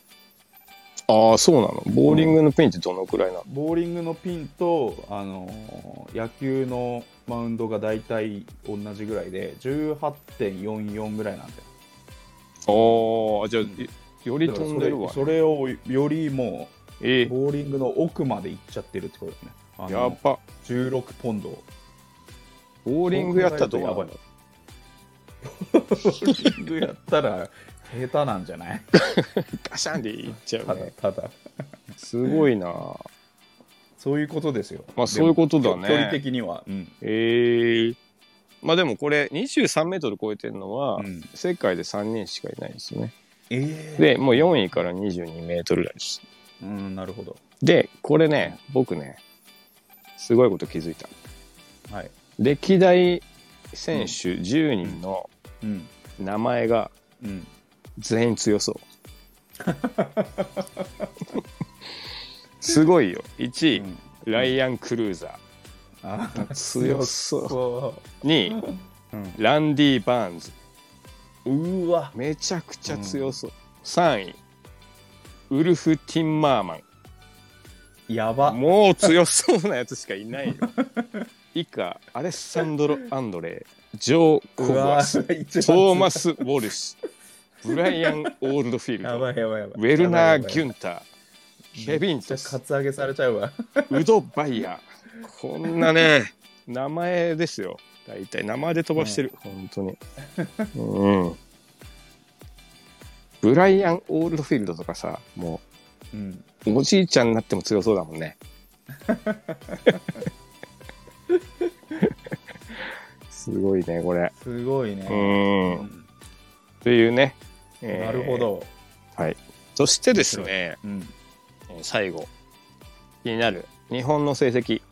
Speaker 2: ああ、そうなの。ボーリングのピンってどのくらいなの、
Speaker 1: ボーリングのピンとあの野球のマウンドが大体同じぐらいで18.44ぐらいなんだよ。
Speaker 2: ああ、じゃあ、
Speaker 1: ん
Speaker 2: より
Speaker 1: だから
Speaker 2: 飛ん
Speaker 1: そ
Speaker 2: で
Speaker 1: れ
Speaker 2: るわ。
Speaker 1: それをよりも
Speaker 2: え
Speaker 1: うボーリングの奥まで行っちゃってるってことですねあ
Speaker 2: ー、や
Speaker 1: の
Speaker 2: っぱ、
Speaker 1: 16ポンド
Speaker 2: ボーリングやったとやばい。
Speaker 1: ボーリングやったら下手なんじゃない
Speaker 2: ガシャンでいっちゃ
Speaker 1: た
Speaker 2: う
Speaker 1: だ
Speaker 2: ね。
Speaker 1: ただ
Speaker 2: すごいな。
Speaker 1: そういうことですよ
Speaker 2: まあそういうことだ
Speaker 1: でも距
Speaker 2: ね
Speaker 1: 距離的にはうん、
Speaker 2: ええまあでもこれ23メートル超えてるのは、
Speaker 1: うん
Speaker 2: 世界で3人しかいないんですよね。
Speaker 1: ええ
Speaker 2: で、もう4位から22メートルぐらいです。
Speaker 1: うんなるほど
Speaker 2: で、これね、僕ね、すごいこと気づいた。
Speaker 1: はい
Speaker 2: 歴代選手10人の
Speaker 1: うん
Speaker 2: 名前が
Speaker 1: うん
Speaker 2: 全員強
Speaker 1: [LAUGHS]
Speaker 2: そう。すごいよ。1位、
Speaker 1: うん
Speaker 2: ライアン・クルーザ
Speaker 1: あ
Speaker 2: ー。強そ。
Speaker 1: そう
Speaker 2: 2位、
Speaker 1: う、う
Speaker 2: ランディ・バーンズ。
Speaker 1: ん、うわ
Speaker 2: めちゃくちゃ強そう。3位、ウルフ・ティンマーマン。
Speaker 1: やば
Speaker 2: もう強そうなやつしか
Speaker 1: [LAUGHS]
Speaker 2: いないよ。以下、アレッサンドロ・アンドレイ、ジョー・コ
Speaker 1: う
Speaker 2: バ
Speaker 1: わ [LAUGHS]
Speaker 2: ス、
Speaker 1: 一番
Speaker 2: トーマス・ウォルシュ、ブライアン・オールドフィール
Speaker 1: や
Speaker 2: ド、
Speaker 1: ばいやばいやばい
Speaker 2: ウェルナー・ギ
Speaker 1: ン
Speaker 2: ュンター、ケビン
Speaker 1: じゃ
Speaker 2: ト
Speaker 1: あカ
Speaker 2: ス、
Speaker 1: ツアゲされちゃうわ [LAUGHS]
Speaker 2: ウド・バイヤー。こんなね、 [LAUGHS] 名前ですよ。大体名前で飛ばしてる、本当に。 [LAUGHS] うん。ブライアン・オールドフィールドとかさ、も
Speaker 1: うん
Speaker 2: う、おじいちゃんになっても強そうだもんね。 [LAUGHS] すごいね、これ。
Speaker 1: すごいうね、
Speaker 2: ん。というね。えー
Speaker 1: なるほ。ど、
Speaker 2: はい。そしてですね、
Speaker 1: うん
Speaker 2: えー最後、気になる日本の成績。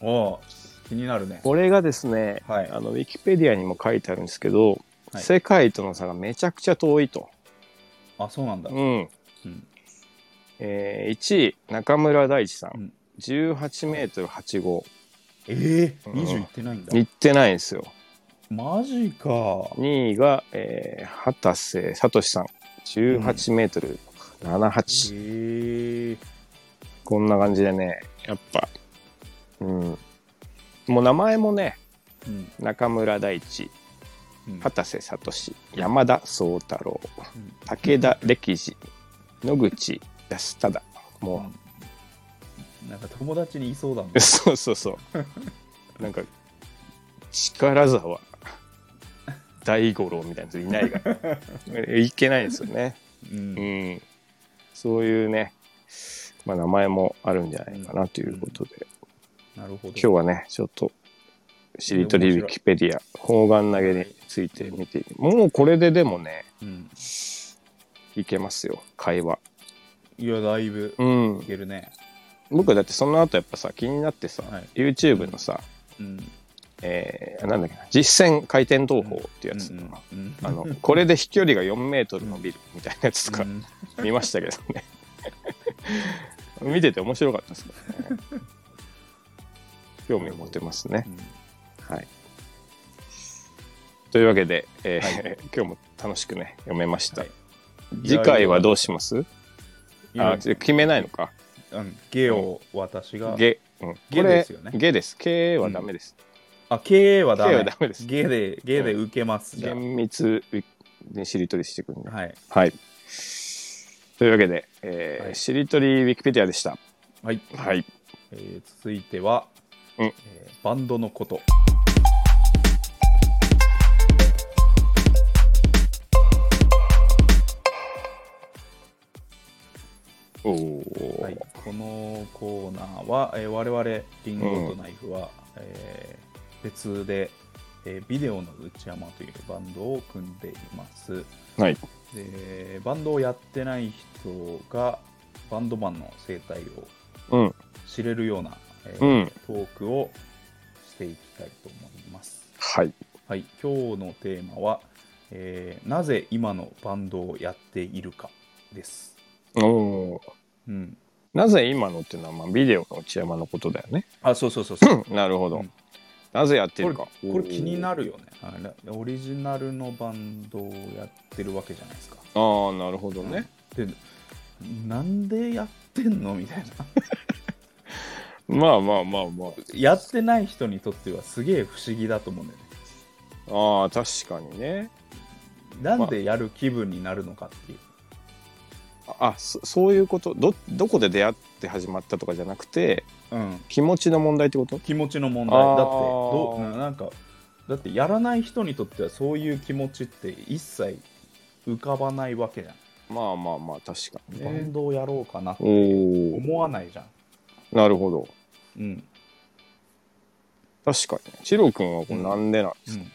Speaker 1: おう気になるね
Speaker 2: これがですね、
Speaker 1: はい
Speaker 2: あのウィキペディアにも書いてあるんですけど、
Speaker 1: はい
Speaker 2: 世界との差がめちゃくちゃ遠いと。
Speaker 1: あそうなんだ、
Speaker 2: うん
Speaker 1: うん
Speaker 2: えー1位、中村大地さん、
Speaker 1: うん
Speaker 2: 18メートル85。
Speaker 1: ええ
Speaker 2: うん
Speaker 1: 20いってないんだ
Speaker 2: いってないんですよ。
Speaker 1: マジか
Speaker 2: 2位が、えー、畑瀬聡さん、18メートル
Speaker 1: え
Speaker 2: 78。
Speaker 1: え
Speaker 2: こんな感じでね、やっぱ、うん。もう名前もね、
Speaker 1: うん
Speaker 2: 中村大地、
Speaker 1: うん
Speaker 2: 畑瀬聡、山田宗太郎、
Speaker 1: うん
Speaker 2: 武田歴次、野口安忠。も
Speaker 1: うんなんか友達にいそうだもん
Speaker 2: う、 [LAUGHS] そうそうそう。なんか、力沢、大五郎みたいなやついないから。いけないんですよね。
Speaker 1: うん
Speaker 2: うん。そういうね、まあ名前もあるんじゃないかなということで。
Speaker 1: なるほど
Speaker 2: 今日はね、ちょっと、しりとりウィキペディア、砲丸投げについて見て、もうこれででもね、
Speaker 1: うん、
Speaker 2: いけますよ、会話。
Speaker 1: いやだいぶ
Speaker 2: うん
Speaker 1: い。けるね
Speaker 2: 僕はだってその後やっぱさ、気になってさ、
Speaker 1: はい
Speaker 2: YouTube のさ、
Speaker 1: うん
Speaker 2: えー、なんだっけな、実践回転投法ってやつ、
Speaker 1: うんうん
Speaker 2: あの、これで飛距離が4メートル伸びるみたいなやつとか
Speaker 1: うん
Speaker 2: 見ましたけどね。 [LAUGHS] 見てて面白かったですからね。興味を持てますね
Speaker 1: う。ん
Speaker 2: はい。というわけで、えー今日も楽しくね、読めました。
Speaker 1: はい
Speaker 2: 次回はどうします
Speaker 1: いや
Speaker 2: あ、ちょ決めないのか。
Speaker 1: うんゲを私が
Speaker 2: ゲ、うん、
Speaker 1: ゲですよね
Speaker 2: これゲです。K はダメです。
Speaker 1: あ経営はダメ
Speaker 2: 経営はダメです
Speaker 1: ゲでゲで受けます、じゃ
Speaker 2: 厳密にしりとりしてくるんで。
Speaker 1: あ
Speaker 2: はい。
Speaker 1: はい
Speaker 2: というわけで、えー
Speaker 1: はい
Speaker 2: しりとりウィキペディアでした。
Speaker 1: はい、
Speaker 2: はい。
Speaker 1: えー続いては、
Speaker 2: うん
Speaker 1: えーバンドのこと
Speaker 2: おお、
Speaker 1: はい、このコーナーは、えー我々リンゴとナイフは、えー別で、えービデオの内山というバンドを組んでいます
Speaker 2: はい。
Speaker 1: でバンドをやってない人がバンドマンの生態を
Speaker 2: うん。
Speaker 1: 知れるような、えー
Speaker 2: うん
Speaker 1: トークをしていきたいと思います、
Speaker 2: はい。
Speaker 1: はい、今日のテーマは、えーなぜ今のバンドをやっているかです、
Speaker 2: おおー。
Speaker 1: うん、
Speaker 2: なぜ今のっていうのは、まあ、ビデオの内山のことだよね。
Speaker 1: あそうそうそうそう
Speaker 2: なるほど。
Speaker 1: うん
Speaker 2: なぜやって
Speaker 1: これ
Speaker 2: るか
Speaker 1: こ。れ気になるよねあれオリジナルのバンドをやってるわけじゃないですか
Speaker 2: ああ、なるほどね。
Speaker 1: でなんでやってんのみたいな [LAUGHS]
Speaker 2: まあまあまあま
Speaker 1: やってない人にとってはすげえ不思議だと思うんだよね
Speaker 2: あ。ああ、確かにね。
Speaker 1: なんでやる気分になるのかっていう。
Speaker 2: あそそういうことどどこで出会って始まったとかじゃなくて
Speaker 1: うん、
Speaker 2: 気持ちの問題ってこと
Speaker 1: 気持ちの問題
Speaker 2: あ
Speaker 1: だっ
Speaker 2: ー
Speaker 1: てどうななんかだってやらない人にとってはそういう気持ちって一切浮かばないわけじゃん、
Speaker 2: まあまあまあ確かに
Speaker 1: バ
Speaker 2: ね
Speaker 1: ンドをやろうかなって
Speaker 2: おお
Speaker 1: 思わないじゃん、
Speaker 2: なるほど
Speaker 1: うん
Speaker 2: 確かにチロ君はこれなんでなんで
Speaker 1: う
Speaker 2: す
Speaker 1: ん、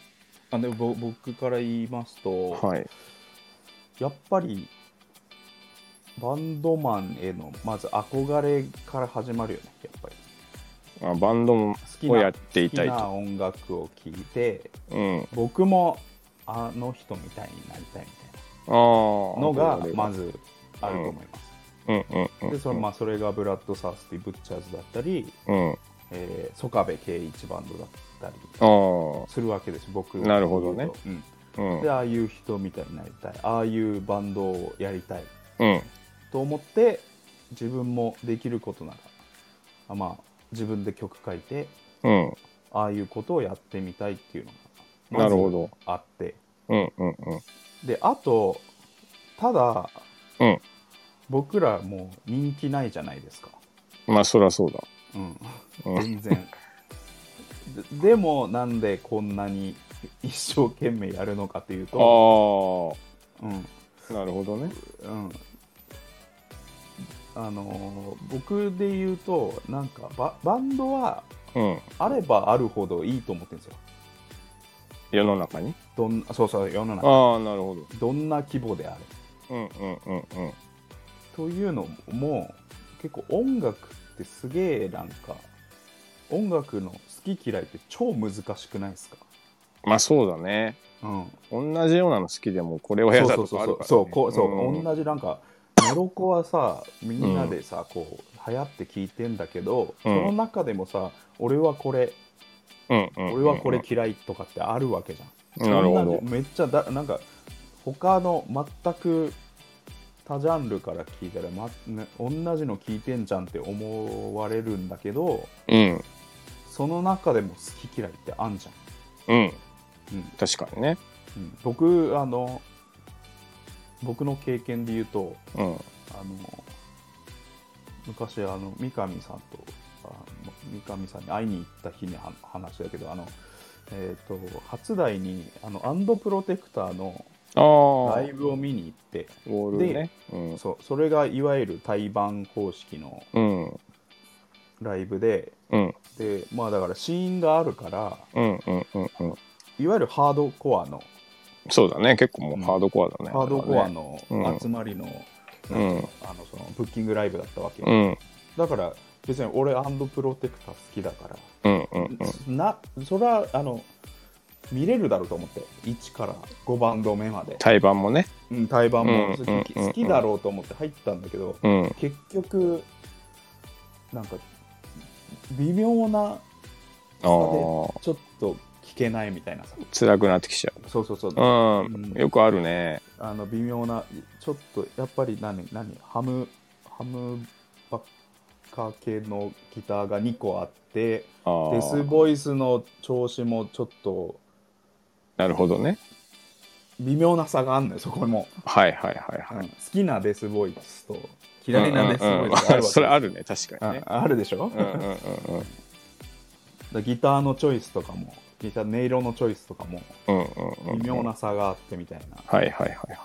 Speaker 1: あでもぼ僕から言いますと、
Speaker 2: か、はい
Speaker 1: やっぱりバンドマンへのまず憧れから始まるよねやっぱり
Speaker 2: あバンドも
Speaker 1: 好き
Speaker 2: をや
Speaker 1: な
Speaker 2: ってい
Speaker 1: 好き
Speaker 2: たい
Speaker 1: な
Speaker 2: と
Speaker 1: 音楽を聴いて
Speaker 2: うんあ
Speaker 1: 僕もあの人みたいになりたいみたいな
Speaker 2: あー
Speaker 1: のが
Speaker 2: 憧れ
Speaker 1: まずあると思います。
Speaker 2: うんうんうん
Speaker 1: でそれ,、まあ、それがブラッド・サースティ・ブッチャーズだったり、
Speaker 2: うんあ
Speaker 1: えー、ソカベ圭一バンドだったり
Speaker 2: あー
Speaker 1: するわけです僕
Speaker 2: なるほどね、
Speaker 1: うん
Speaker 2: うん
Speaker 1: でああいう人みたいになりたいああいうバンドをやりたい
Speaker 2: うん
Speaker 1: と思って自分もできることならあまあ自分で曲書いて
Speaker 2: うん
Speaker 1: ああいうことをやってみたいっていうのが
Speaker 2: なるほど
Speaker 1: あって
Speaker 2: うんうんうん
Speaker 1: であとただ、
Speaker 2: うん
Speaker 1: 僕らもう人気ないじゃないですか、
Speaker 2: まあそりゃそうだ
Speaker 1: うん、
Speaker 2: うん
Speaker 1: 全然ででもなんでこんなに一生懸命やるのかという
Speaker 2: ああ
Speaker 1: と、うん
Speaker 2: なるほどね
Speaker 1: うん、あのー僕で言うとなんかババンドは
Speaker 2: うん
Speaker 1: あればあるほどいいと思ってるんですよ
Speaker 2: 世の中に
Speaker 1: どんそうそう世の中
Speaker 2: ああなるほど
Speaker 1: どんな規模であれ
Speaker 2: うんうんうんうん
Speaker 1: というのも結構音楽ってすげえなんか音楽の好き嫌いって超難しくないですか、
Speaker 2: まあそうだね
Speaker 1: うん、
Speaker 2: 同じようなの好きでもこれは嫌だ
Speaker 1: そうそ
Speaker 2: と
Speaker 1: う
Speaker 2: か
Speaker 1: そ
Speaker 2: あ
Speaker 1: うそ
Speaker 2: る
Speaker 1: うそう
Speaker 2: からね
Speaker 1: こうそう、
Speaker 2: うん
Speaker 1: 同じなんかメロコはさみんなでさ、こう流行って聞いてんだけど、そ
Speaker 2: うん
Speaker 1: の中でもさ俺はこれ
Speaker 2: うんうんうん
Speaker 1: 俺はこれ嫌いとかってあるわけじゃん、
Speaker 2: なるほど
Speaker 1: 同じめっちゃだなんか他の全く他ジャンルから聞いたら、まね、同じの聞いてんじゃんって思われるんだけど
Speaker 2: うん
Speaker 1: その中でも好き嫌いってあんじゃ
Speaker 2: うん
Speaker 1: ん、うん
Speaker 2: 確かにね
Speaker 1: うん僕あの僕の経験で言うと、
Speaker 2: うん
Speaker 1: あの昔あの三上さんとあの三上さんに会いに行った日には話だけどあの、えー、と初代にあのアンドプロテクターの
Speaker 2: ああ
Speaker 1: ライブを見に行って
Speaker 2: ウォールねうん
Speaker 1: そうそれがいわゆる対バン方式の
Speaker 2: うん
Speaker 1: ライブで
Speaker 2: うん
Speaker 1: でまあだからシーンがあるから
Speaker 2: うんうんうんうん
Speaker 1: いわゆるハードコアの、
Speaker 2: そうだね結構もうハードコアだね
Speaker 1: ハードコア
Speaker 2: ね
Speaker 1: の
Speaker 2: うん
Speaker 1: 集まりの,、
Speaker 2: うん
Speaker 1: あのそのブッキングライブだったわけ、
Speaker 2: うん
Speaker 1: だから別に俺アンドプロテクター好きだから
Speaker 2: うんうん
Speaker 1: なそれはあの見れるだろうと思って1から5バンド目まで
Speaker 2: 対バンもね
Speaker 1: うん対バンも
Speaker 2: うん
Speaker 1: 好き
Speaker 2: うん
Speaker 1: 好きだろうと思って入ったんだけど
Speaker 2: うん
Speaker 1: 結局なんか微妙な
Speaker 2: ああ
Speaker 1: ちょっと聞けないみたいなさ
Speaker 2: 辛くなってきちゃ
Speaker 1: そうそうそう、
Speaker 2: うう
Speaker 1: うん
Speaker 2: んよくあるね
Speaker 1: あの微妙なちょっとやっぱり何何ハムハムバッカー系のギターが2個あって
Speaker 2: ああ
Speaker 1: デスボイスの調子もちょっと
Speaker 2: なるほどね
Speaker 1: 微妙な差があんのよそこも、
Speaker 2: はいはいはいはい
Speaker 1: 好きなデスボイスと嫌いなデスボイスがあるわけ
Speaker 2: うんうんうん [LAUGHS] それあるね確かにね
Speaker 1: ああるでしょ、
Speaker 2: うんうんうん
Speaker 1: だギターのチョイスとかもギターの音色のチョイスとかも
Speaker 2: うんうんうんうん
Speaker 1: 微妙な差があってみたいな、
Speaker 2: はいはいはいはい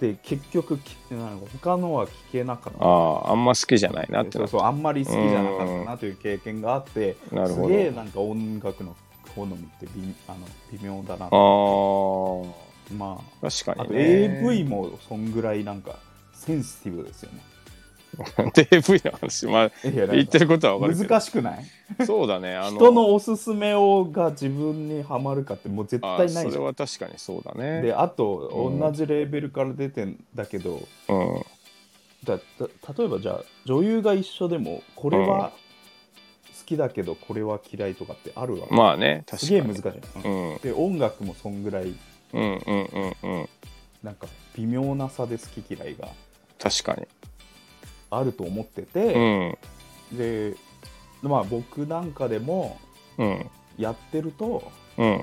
Speaker 1: で結局きなんか他のは聞けなかった
Speaker 2: あああんま好きじゃないなって
Speaker 1: そ
Speaker 2: な
Speaker 1: う
Speaker 2: っ
Speaker 1: そうあんまり好きじゃなかったなという経験があって
Speaker 2: うんなるほど
Speaker 1: すげえなんか音楽の好みって微あの微妙だな
Speaker 2: あー
Speaker 1: ま
Speaker 2: 確
Speaker 1: あ
Speaker 2: か
Speaker 1: あ
Speaker 2: に、
Speaker 1: と
Speaker 2: ね、 [LAUGHS]
Speaker 1: AV もそんぐらいなんかセンシティブですよね
Speaker 2: AV の話、まあ、
Speaker 1: いやなんか
Speaker 2: 言ってることは分かるけど
Speaker 1: 難しくない
Speaker 2: そうだねあの
Speaker 1: 人のおすすめをが自分にはまるかってもう絶
Speaker 2: あ
Speaker 1: 対ない
Speaker 2: そ
Speaker 1: じゃ
Speaker 2: れ
Speaker 1: ん
Speaker 2: は確かにそうだね
Speaker 1: であと
Speaker 2: うん
Speaker 1: 同じレーベルから出てんだけど、
Speaker 2: うん、あ
Speaker 1: だた例えばじゃあ女優が一緒でもこれは好きだけどこれは嫌いとかってあるわけ、
Speaker 2: まあね確
Speaker 1: す
Speaker 2: か
Speaker 1: げえ
Speaker 2: に
Speaker 1: 難しい、うん
Speaker 2: うん
Speaker 1: で音楽もそんぐらい
Speaker 2: うんうんうんうん
Speaker 1: なんか微妙な差で好き嫌いが
Speaker 2: 確かに
Speaker 1: あると思って
Speaker 2: う
Speaker 1: て、
Speaker 2: ん
Speaker 1: でまあ僕なんかでも
Speaker 2: うん
Speaker 1: やってると
Speaker 2: うん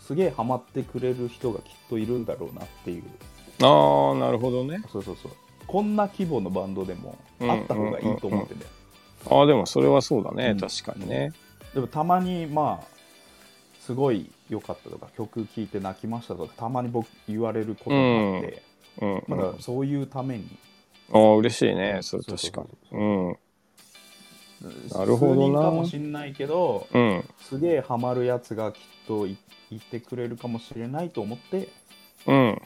Speaker 1: すげえハマってくれる人がきっといるんだろうなっていう
Speaker 2: ああなるほどね
Speaker 1: そうそうそうこんな規模のバンドでもあった方がいいと思ってて、
Speaker 2: ああでもそれはそうだね、
Speaker 1: うん
Speaker 2: 確かにね
Speaker 1: でもたまにまあすごい良かったとか曲聴いて泣きましたとかたまに僕言われることがあって、
Speaker 2: うん、うん
Speaker 1: まだそういうために、
Speaker 2: ああ嬉しいねそれ
Speaker 1: そうそう
Speaker 2: 確
Speaker 1: そう
Speaker 2: かにうん
Speaker 1: な
Speaker 2: るほどな
Speaker 1: かもしんないけど
Speaker 2: うん
Speaker 1: すげえハマるやつがきっといいてくれるかもしれないと思って
Speaker 2: うん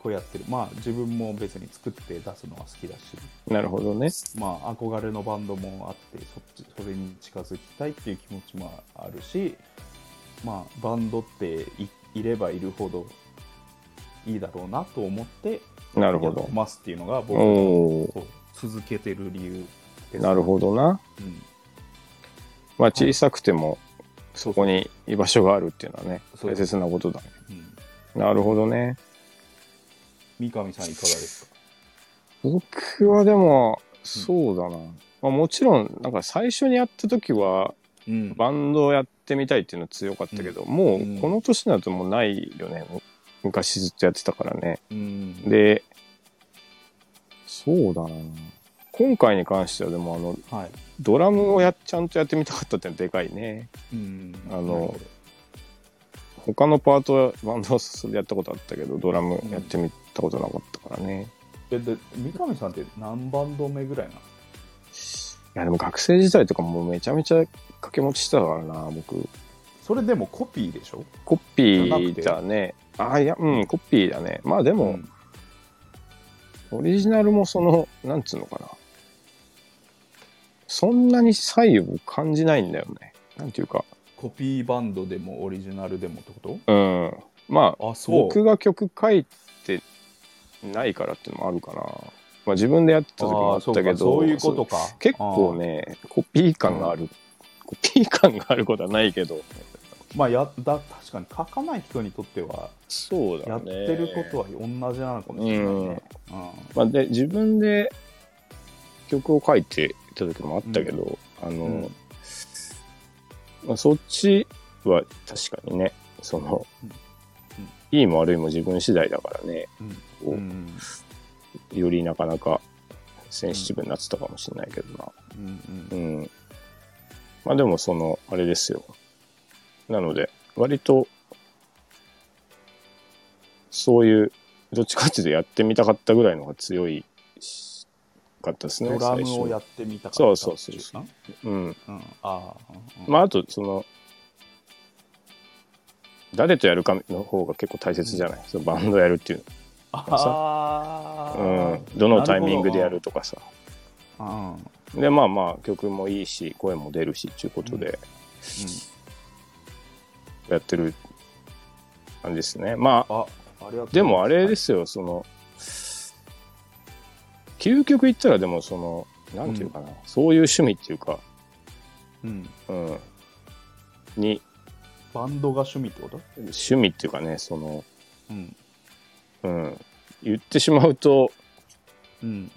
Speaker 1: こうやってるまあ自分も別に作って出すのは好きだし
Speaker 2: なるほどね
Speaker 1: まあ憧れのバンドもあってそっちそれに近づきたいっていう気持ちもあるしまあバンドっていいればいるほどいいだろうなと思って
Speaker 2: な
Speaker 1: や
Speaker 2: るほ
Speaker 1: って
Speaker 2: ど
Speaker 1: ますっていうのが僕が
Speaker 2: お
Speaker 1: こう続けてる理由で
Speaker 2: お
Speaker 1: す
Speaker 2: なるほどな
Speaker 1: うん
Speaker 2: まあ小さくてもそこに居場所があるっていうのはね
Speaker 1: そう
Speaker 2: 大切なことだね
Speaker 1: うん
Speaker 2: なるほどね
Speaker 1: 三上さんいかがですか
Speaker 2: 僕はでもそうだな、まあ、もちろんなんか最初にやった時は
Speaker 1: うん
Speaker 2: バンドをやってみたいっていうのは強かったけど、もうこの年だともうないよね昔ずっとやってたからね
Speaker 1: うん
Speaker 2: でそうだな今回に関してはでもあの
Speaker 1: はい
Speaker 2: ドラムをやちゃんとやってみたかったってのはでかいね
Speaker 1: うん
Speaker 2: あの
Speaker 1: なるほど
Speaker 2: 他のパートはバンドをやったことあったけどドラムやってみたことなかったからね、
Speaker 1: えで三上さんって何バンド目ぐらいなの
Speaker 2: いやでも学生時代とかもうめちゃめちゃ掛け持ちしてたからな僕
Speaker 1: それでもコピーでしょ
Speaker 2: コピーだねあいやうんコピーだねまあでも、オリジナルもそのなんつうのかなそんなに左右を感じないんだよねなんていうか
Speaker 1: コピーバンドでもオリジナルでもってこと
Speaker 2: うんまあ
Speaker 1: あそう
Speaker 2: 僕が曲書いてないからっていうのもあるかな、まあ、自分でやってた時もあ
Speaker 1: あー
Speaker 2: った
Speaker 1: そう
Speaker 2: け
Speaker 1: か
Speaker 2: ど
Speaker 1: そういうことか
Speaker 2: 結構ねコピー感がある、コピー感があることはないけど
Speaker 1: あーまあやだ確かに書かない人にとっては
Speaker 2: そうだね
Speaker 1: やってることは同じなのかもしれないね、うん
Speaker 2: まあ、で自分で曲を書いてた時もあったけど、あの、
Speaker 1: うん
Speaker 2: まあ、そっちは確かにねその、
Speaker 1: うんうん
Speaker 2: いいも悪いも自分次第だからね
Speaker 1: うん
Speaker 2: こうよりなかなかセンシティブになってたかもしれないけどな
Speaker 1: うんうん
Speaker 2: うん、まあでもそのあれですよなので割とそういうどっちかっていうとやってみたかったぐらいのが強いしかったです
Speaker 1: ド
Speaker 2: ね
Speaker 1: ラムをや
Speaker 2: っ
Speaker 1: ってみたかった
Speaker 2: そうそうそうそ
Speaker 1: うん
Speaker 2: うん
Speaker 1: うんあーうん
Speaker 2: まああとその誰とやるかの方が結構大切じゃない、そのバンドやるっていう
Speaker 1: あ
Speaker 2: の、う
Speaker 1: ー
Speaker 2: ん、どのタイミングでやるとかさ
Speaker 1: なるほどうんうん
Speaker 2: でまあまあ曲もいいし声も出るしっていうことで、やってる感じですねま
Speaker 1: あ
Speaker 2: あ
Speaker 1: ありがとうございます
Speaker 2: でもあれですよその究極言ったらでもそのなんていうかな、そういう趣味っていうか、
Speaker 1: うん
Speaker 2: うん、に
Speaker 1: バンドが趣味ってこと
Speaker 2: 趣味っていうかねその、
Speaker 1: うん
Speaker 2: うん、言ってしまうと
Speaker 1: うん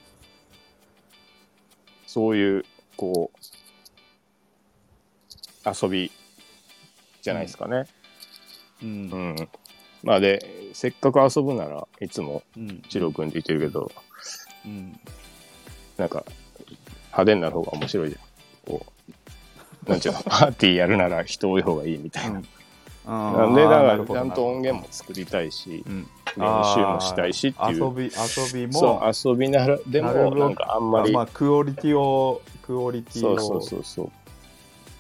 Speaker 2: そういうこう遊びじゃないですかね、
Speaker 1: うん
Speaker 2: うんまあでせっかく遊ぶならいつも
Speaker 1: うん
Speaker 2: 二郎君って言ってるけど
Speaker 1: うん
Speaker 2: なんか派手になる方が面白いじゃんこうなんちゅ
Speaker 1: [LAUGHS]
Speaker 2: うのパーティーやるなら人多い方がいいみたいな、なんでだからちゃんと音源も作りたいし
Speaker 1: うん
Speaker 2: 練習もしたいしっていう
Speaker 1: あー遊び遊びも
Speaker 2: そう遊びならでも
Speaker 1: なるほど
Speaker 2: なんかあんまり
Speaker 1: あまあクオリティをクオリティ
Speaker 2: そうそ
Speaker 1: を
Speaker 2: うそうそう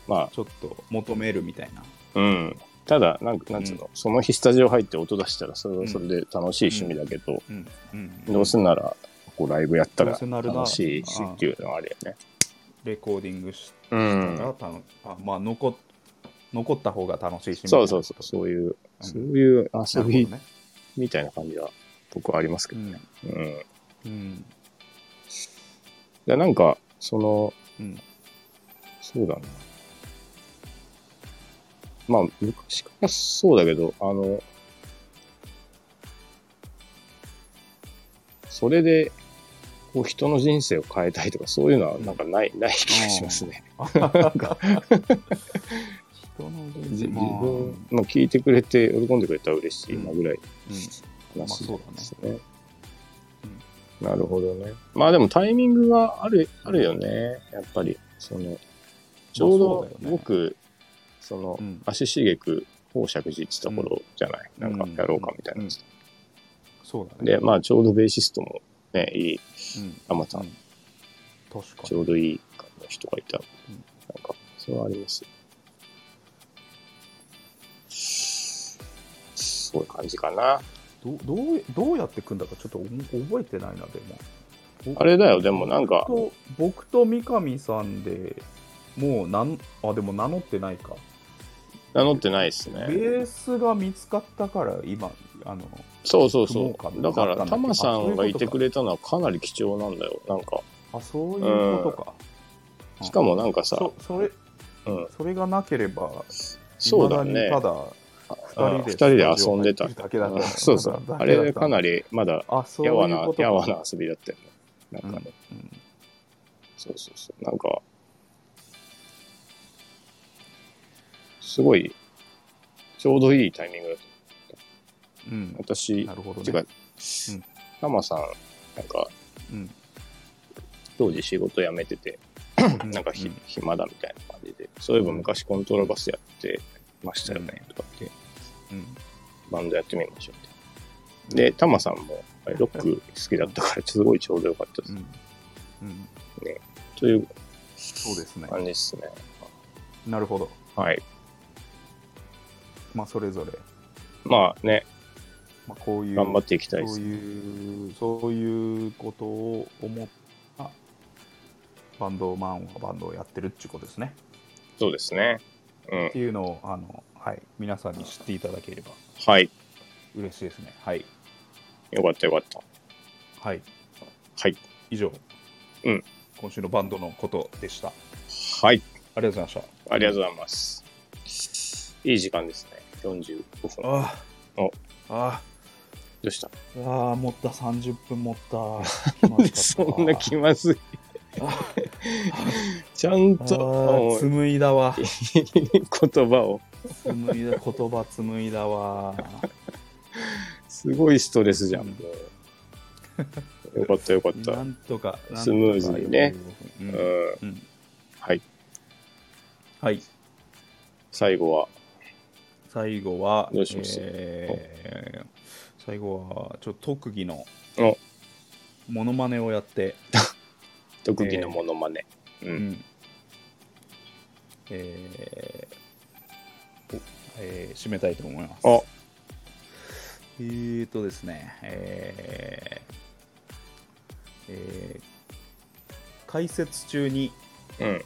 Speaker 2: まあ
Speaker 1: ちょっと求めるみたいな
Speaker 2: うんただなんかなんつうの、その日スタジオ入って音出したらそれはそれで楽しい趣味だけど、
Speaker 1: うんうん
Speaker 2: どうせならこうライブやった
Speaker 1: どう
Speaker 2: ら
Speaker 1: せなるな
Speaker 2: 楽しいしっていうのはあるよね
Speaker 1: レコーディングし
Speaker 2: う
Speaker 1: たら
Speaker 2: ん
Speaker 1: たのあまあ残っ残った方が楽しいし
Speaker 2: そうそうそうそういう、そういう遊
Speaker 1: みたい
Speaker 2: び
Speaker 1: なこ
Speaker 2: みたいな感じは僕はありますけ
Speaker 1: と
Speaker 2: ど、
Speaker 1: なるほどね
Speaker 2: うん、
Speaker 1: うん
Speaker 2: でなんかその
Speaker 1: うん
Speaker 2: そうだなまあ昔からそうだけどあのそれでこう人の人生を変えたいとかそういうのはなんかない、ない気がしますね。
Speaker 1: 人の分
Speaker 2: 自
Speaker 1: ま
Speaker 2: 自
Speaker 1: あ
Speaker 2: 分の聞いてくれて喜んでくれたら嬉しいなぐらい
Speaker 1: うんま
Speaker 2: の話
Speaker 1: あ
Speaker 2: で
Speaker 1: そ
Speaker 2: すね。なるほどね。まあでもタイミングがあるあるよね。やっぱりそのちょう
Speaker 1: まあそう
Speaker 2: ど
Speaker 1: だよね
Speaker 2: 僕その
Speaker 1: うん
Speaker 2: 足しげく宝石寺ってところじゃない、
Speaker 1: うん
Speaker 2: なんかやろうかみたいなやつ、
Speaker 1: そうだね
Speaker 2: でまあちょうどベーシストもねいい
Speaker 1: うん
Speaker 2: あまたん
Speaker 1: 確か
Speaker 2: ち
Speaker 1: に
Speaker 2: ょうどいい感じの人がいた、
Speaker 1: うん
Speaker 2: なんかそれはありますよそういう感じかな
Speaker 1: どどうどうやって組んだかちょっとお覚えてないなでも
Speaker 2: あれだよでもなんか
Speaker 1: 僕と僕と三上さんでもうなんあでも名乗ってないか
Speaker 2: 名乗ってないです
Speaker 1: ベ
Speaker 2: ね
Speaker 1: ースが見つかったから今あの
Speaker 2: そうそう
Speaker 1: 雲
Speaker 2: そ
Speaker 1: か
Speaker 2: うだから
Speaker 1: だったんだ
Speaker 2: タマさんが
Speaker 1: あそうい
Speaker 2: い
Speaker 1: うこと
Speaker 2: て
Speaker 1: か
Speaker 2: くれたのはかなり貴重なんだよなんか
Speaker 1: あそういうことか、
Speaker 2: しかもなんかさ、
Speaker 1: そそれ
Speaker 2: うん、
Speaker 1: それがなければ
Speaker 2: そうだね
Speaker 1: 未だにただ
Speaker 2: う
Speaker 1: 二
Speaker 2: ん二
Speaker 1: 人
Speaker 2: 人
Speaker 1: で
Speaker 2: で遊んでた。
Speaker 1: スタジオ入ってるだけだった
Speaker 2: うんそうそう。あれかなりまだ
Speaker 1: あそうい
Speaker 2: やわな
Speaker 1: うこ、と
Speaker 2: やわ
Speaker 1: か
Speaker 2: な遊びだったよね。なんかね、
Speaker 1: うん
Speaker 2: そうそうそう。なんか、すごい、ちょうどいいタイミングだった。
Speaker 1: うん、
Speaker 2: 私、
Speaker 1: なるほど
Speaker 2: て
Speaker 1: ね
Speaker 2: か、タマさん、なんか、
Speaker 1: うん
Speaker 2: 当時仕事辞めてて、
Speaker 1: うん
Speaker 2: [LAUGHS] なんかひ、
Speaker 1: うん
Speaker 2: 暇だみたいな感じで、そういえば昔コントラバスやってましたよね、とかって、
Speaker 1: うん
Speaker 2: バンドやってみましょうって。で、タマさんもあれロック好きだったから、すごいちょうどよかったで
Speaker 1: う
Speaker 2: す。
Speaker 1: んうん、
Speaker 2: という
Speaker 1: そうですね
Speaker 2: 感じですね。
Speaker 1: なるほど
Speaker 2: はい。
Speaker 1: まあそれぞれ、
Speaker 2: まあね、
Speaker 1: まあ、こういう
Speaker 2: 頑張っていきたいで
Speaker 1: そう
Speaker 2: す。
Speaker 1: いうそういうことを思ったバンドマンはバンドをやってるっていうことですね
Speaker 2: そうですね。うん
Speaker 1: っ。ていうのをあの、はい、皆さんに知っていただければ
Speaker 2: はい。
Speaker 1: 嬉しいですねはい
Speaker 2: よかったよかった。
Speaker 1: はい
Speaker 2: はい。
Speaker 1: 以上、
Speaker 2: うん
Speaker 1: 今週のバンドのことでしたあ
Speaker 2: はい。
Speaker 1: りがとうございまし
Speaker 2: ありがとうございます。いい時間ですね。45
Speaker 1: た
Speaker 2: 分。
Speaker 1: あ
Speaker 2: お
Speaker 1: あ
Speaker 2: ど
Speaker 1: [LAUGHS]
Speaker 2: うした
Speaker 1: あああ持った30分持った気まずかった
Speaker 2: [LAUGHS] そんな気まずい。 [LAUGHS] ちゃん
Speaker 1: あ
Speaker 2: と
Speaker 1: ー紡いだわ
Speaker 2: お [LAUGHS] 言葉を。
Speaker 1: 紡いだ言葉紡いだ
Speaker 2: [LAUGHS]
Speaker 1: わ
Speaker 2: すごいストレス
Speaker 1: [LAUGHS]
Speaker 2: じゃん。
Speaker 1: うん
Speaker 2: もうよかったよかっ
Speaker 1: な
Speaker 2: た。
Speaker 1: んとかなんとか
Speaker 2: スムーズにね
Speaker 1: う
Speaker 2: うんん。
Speaker 1: うん
Speaker 2: はい。
Speaker 1: はい
Speaker 2: 最後は。
Speaker 1: 最後は
Speaker 2: どうしました
Speaker 1: えー最後はちょっと特技の
Speaker 2: お
Speaker 1: モノマネをやって
Speaker 2: 特技のモノマネ。う。
Speaker 1: うんんえーおえー締めたいと思います。
Speaker 2: お
Speaker 1: えーとですね、えーえー解説中に、
Speaker 2: うん。
Speaker 1: え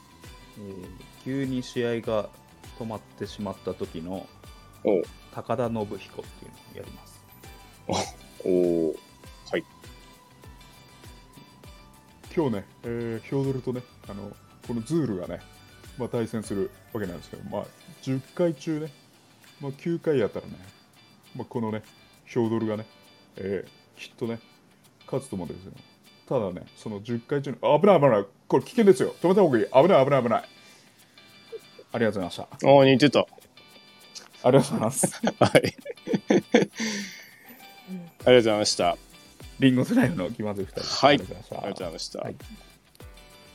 Speaker 1: ー急に試合が止まってしまった時の
Speaker 2: おう
Speaker 1: 高田信彦っていうのをやります。
Speaker 2: おうはい。
Speaker 1: 今日ね、えー、ヒョードルとねあの、このズールがね、まあ、対戦するわけなんですけど、まあ、10回中ね、まあ、9回やったらね、まあ、このね、ヒョードルがね、えーきっとね、勝つと思うんですよ。ただね、その10回中の、危ない危ない、これ危険ですよ、止めた方がいい、危ない危ない危ない。ありがとうございました。
Speaker 2: おう似
Speaker 1: [LAUGHS]
Speaker 2: てた。
Speaker 1: ありがとうございます。
Speaker 2: はい。ありがとうございました。あ
Speaker 1: リンゴスライムの気まずい2人。
Speaker 2: はい
Speaker 1: ありがとうございま
Speaker 2: りがとう
Speaker 1: し
Speaker 2: ご
Speaker 1: た
Speaker 2: ざい。ました。
Speaker 1: はい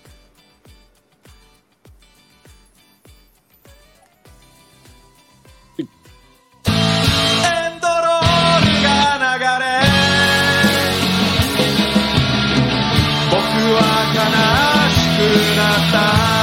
Speaker 3: エンドロールが流れ僕は悲しくなった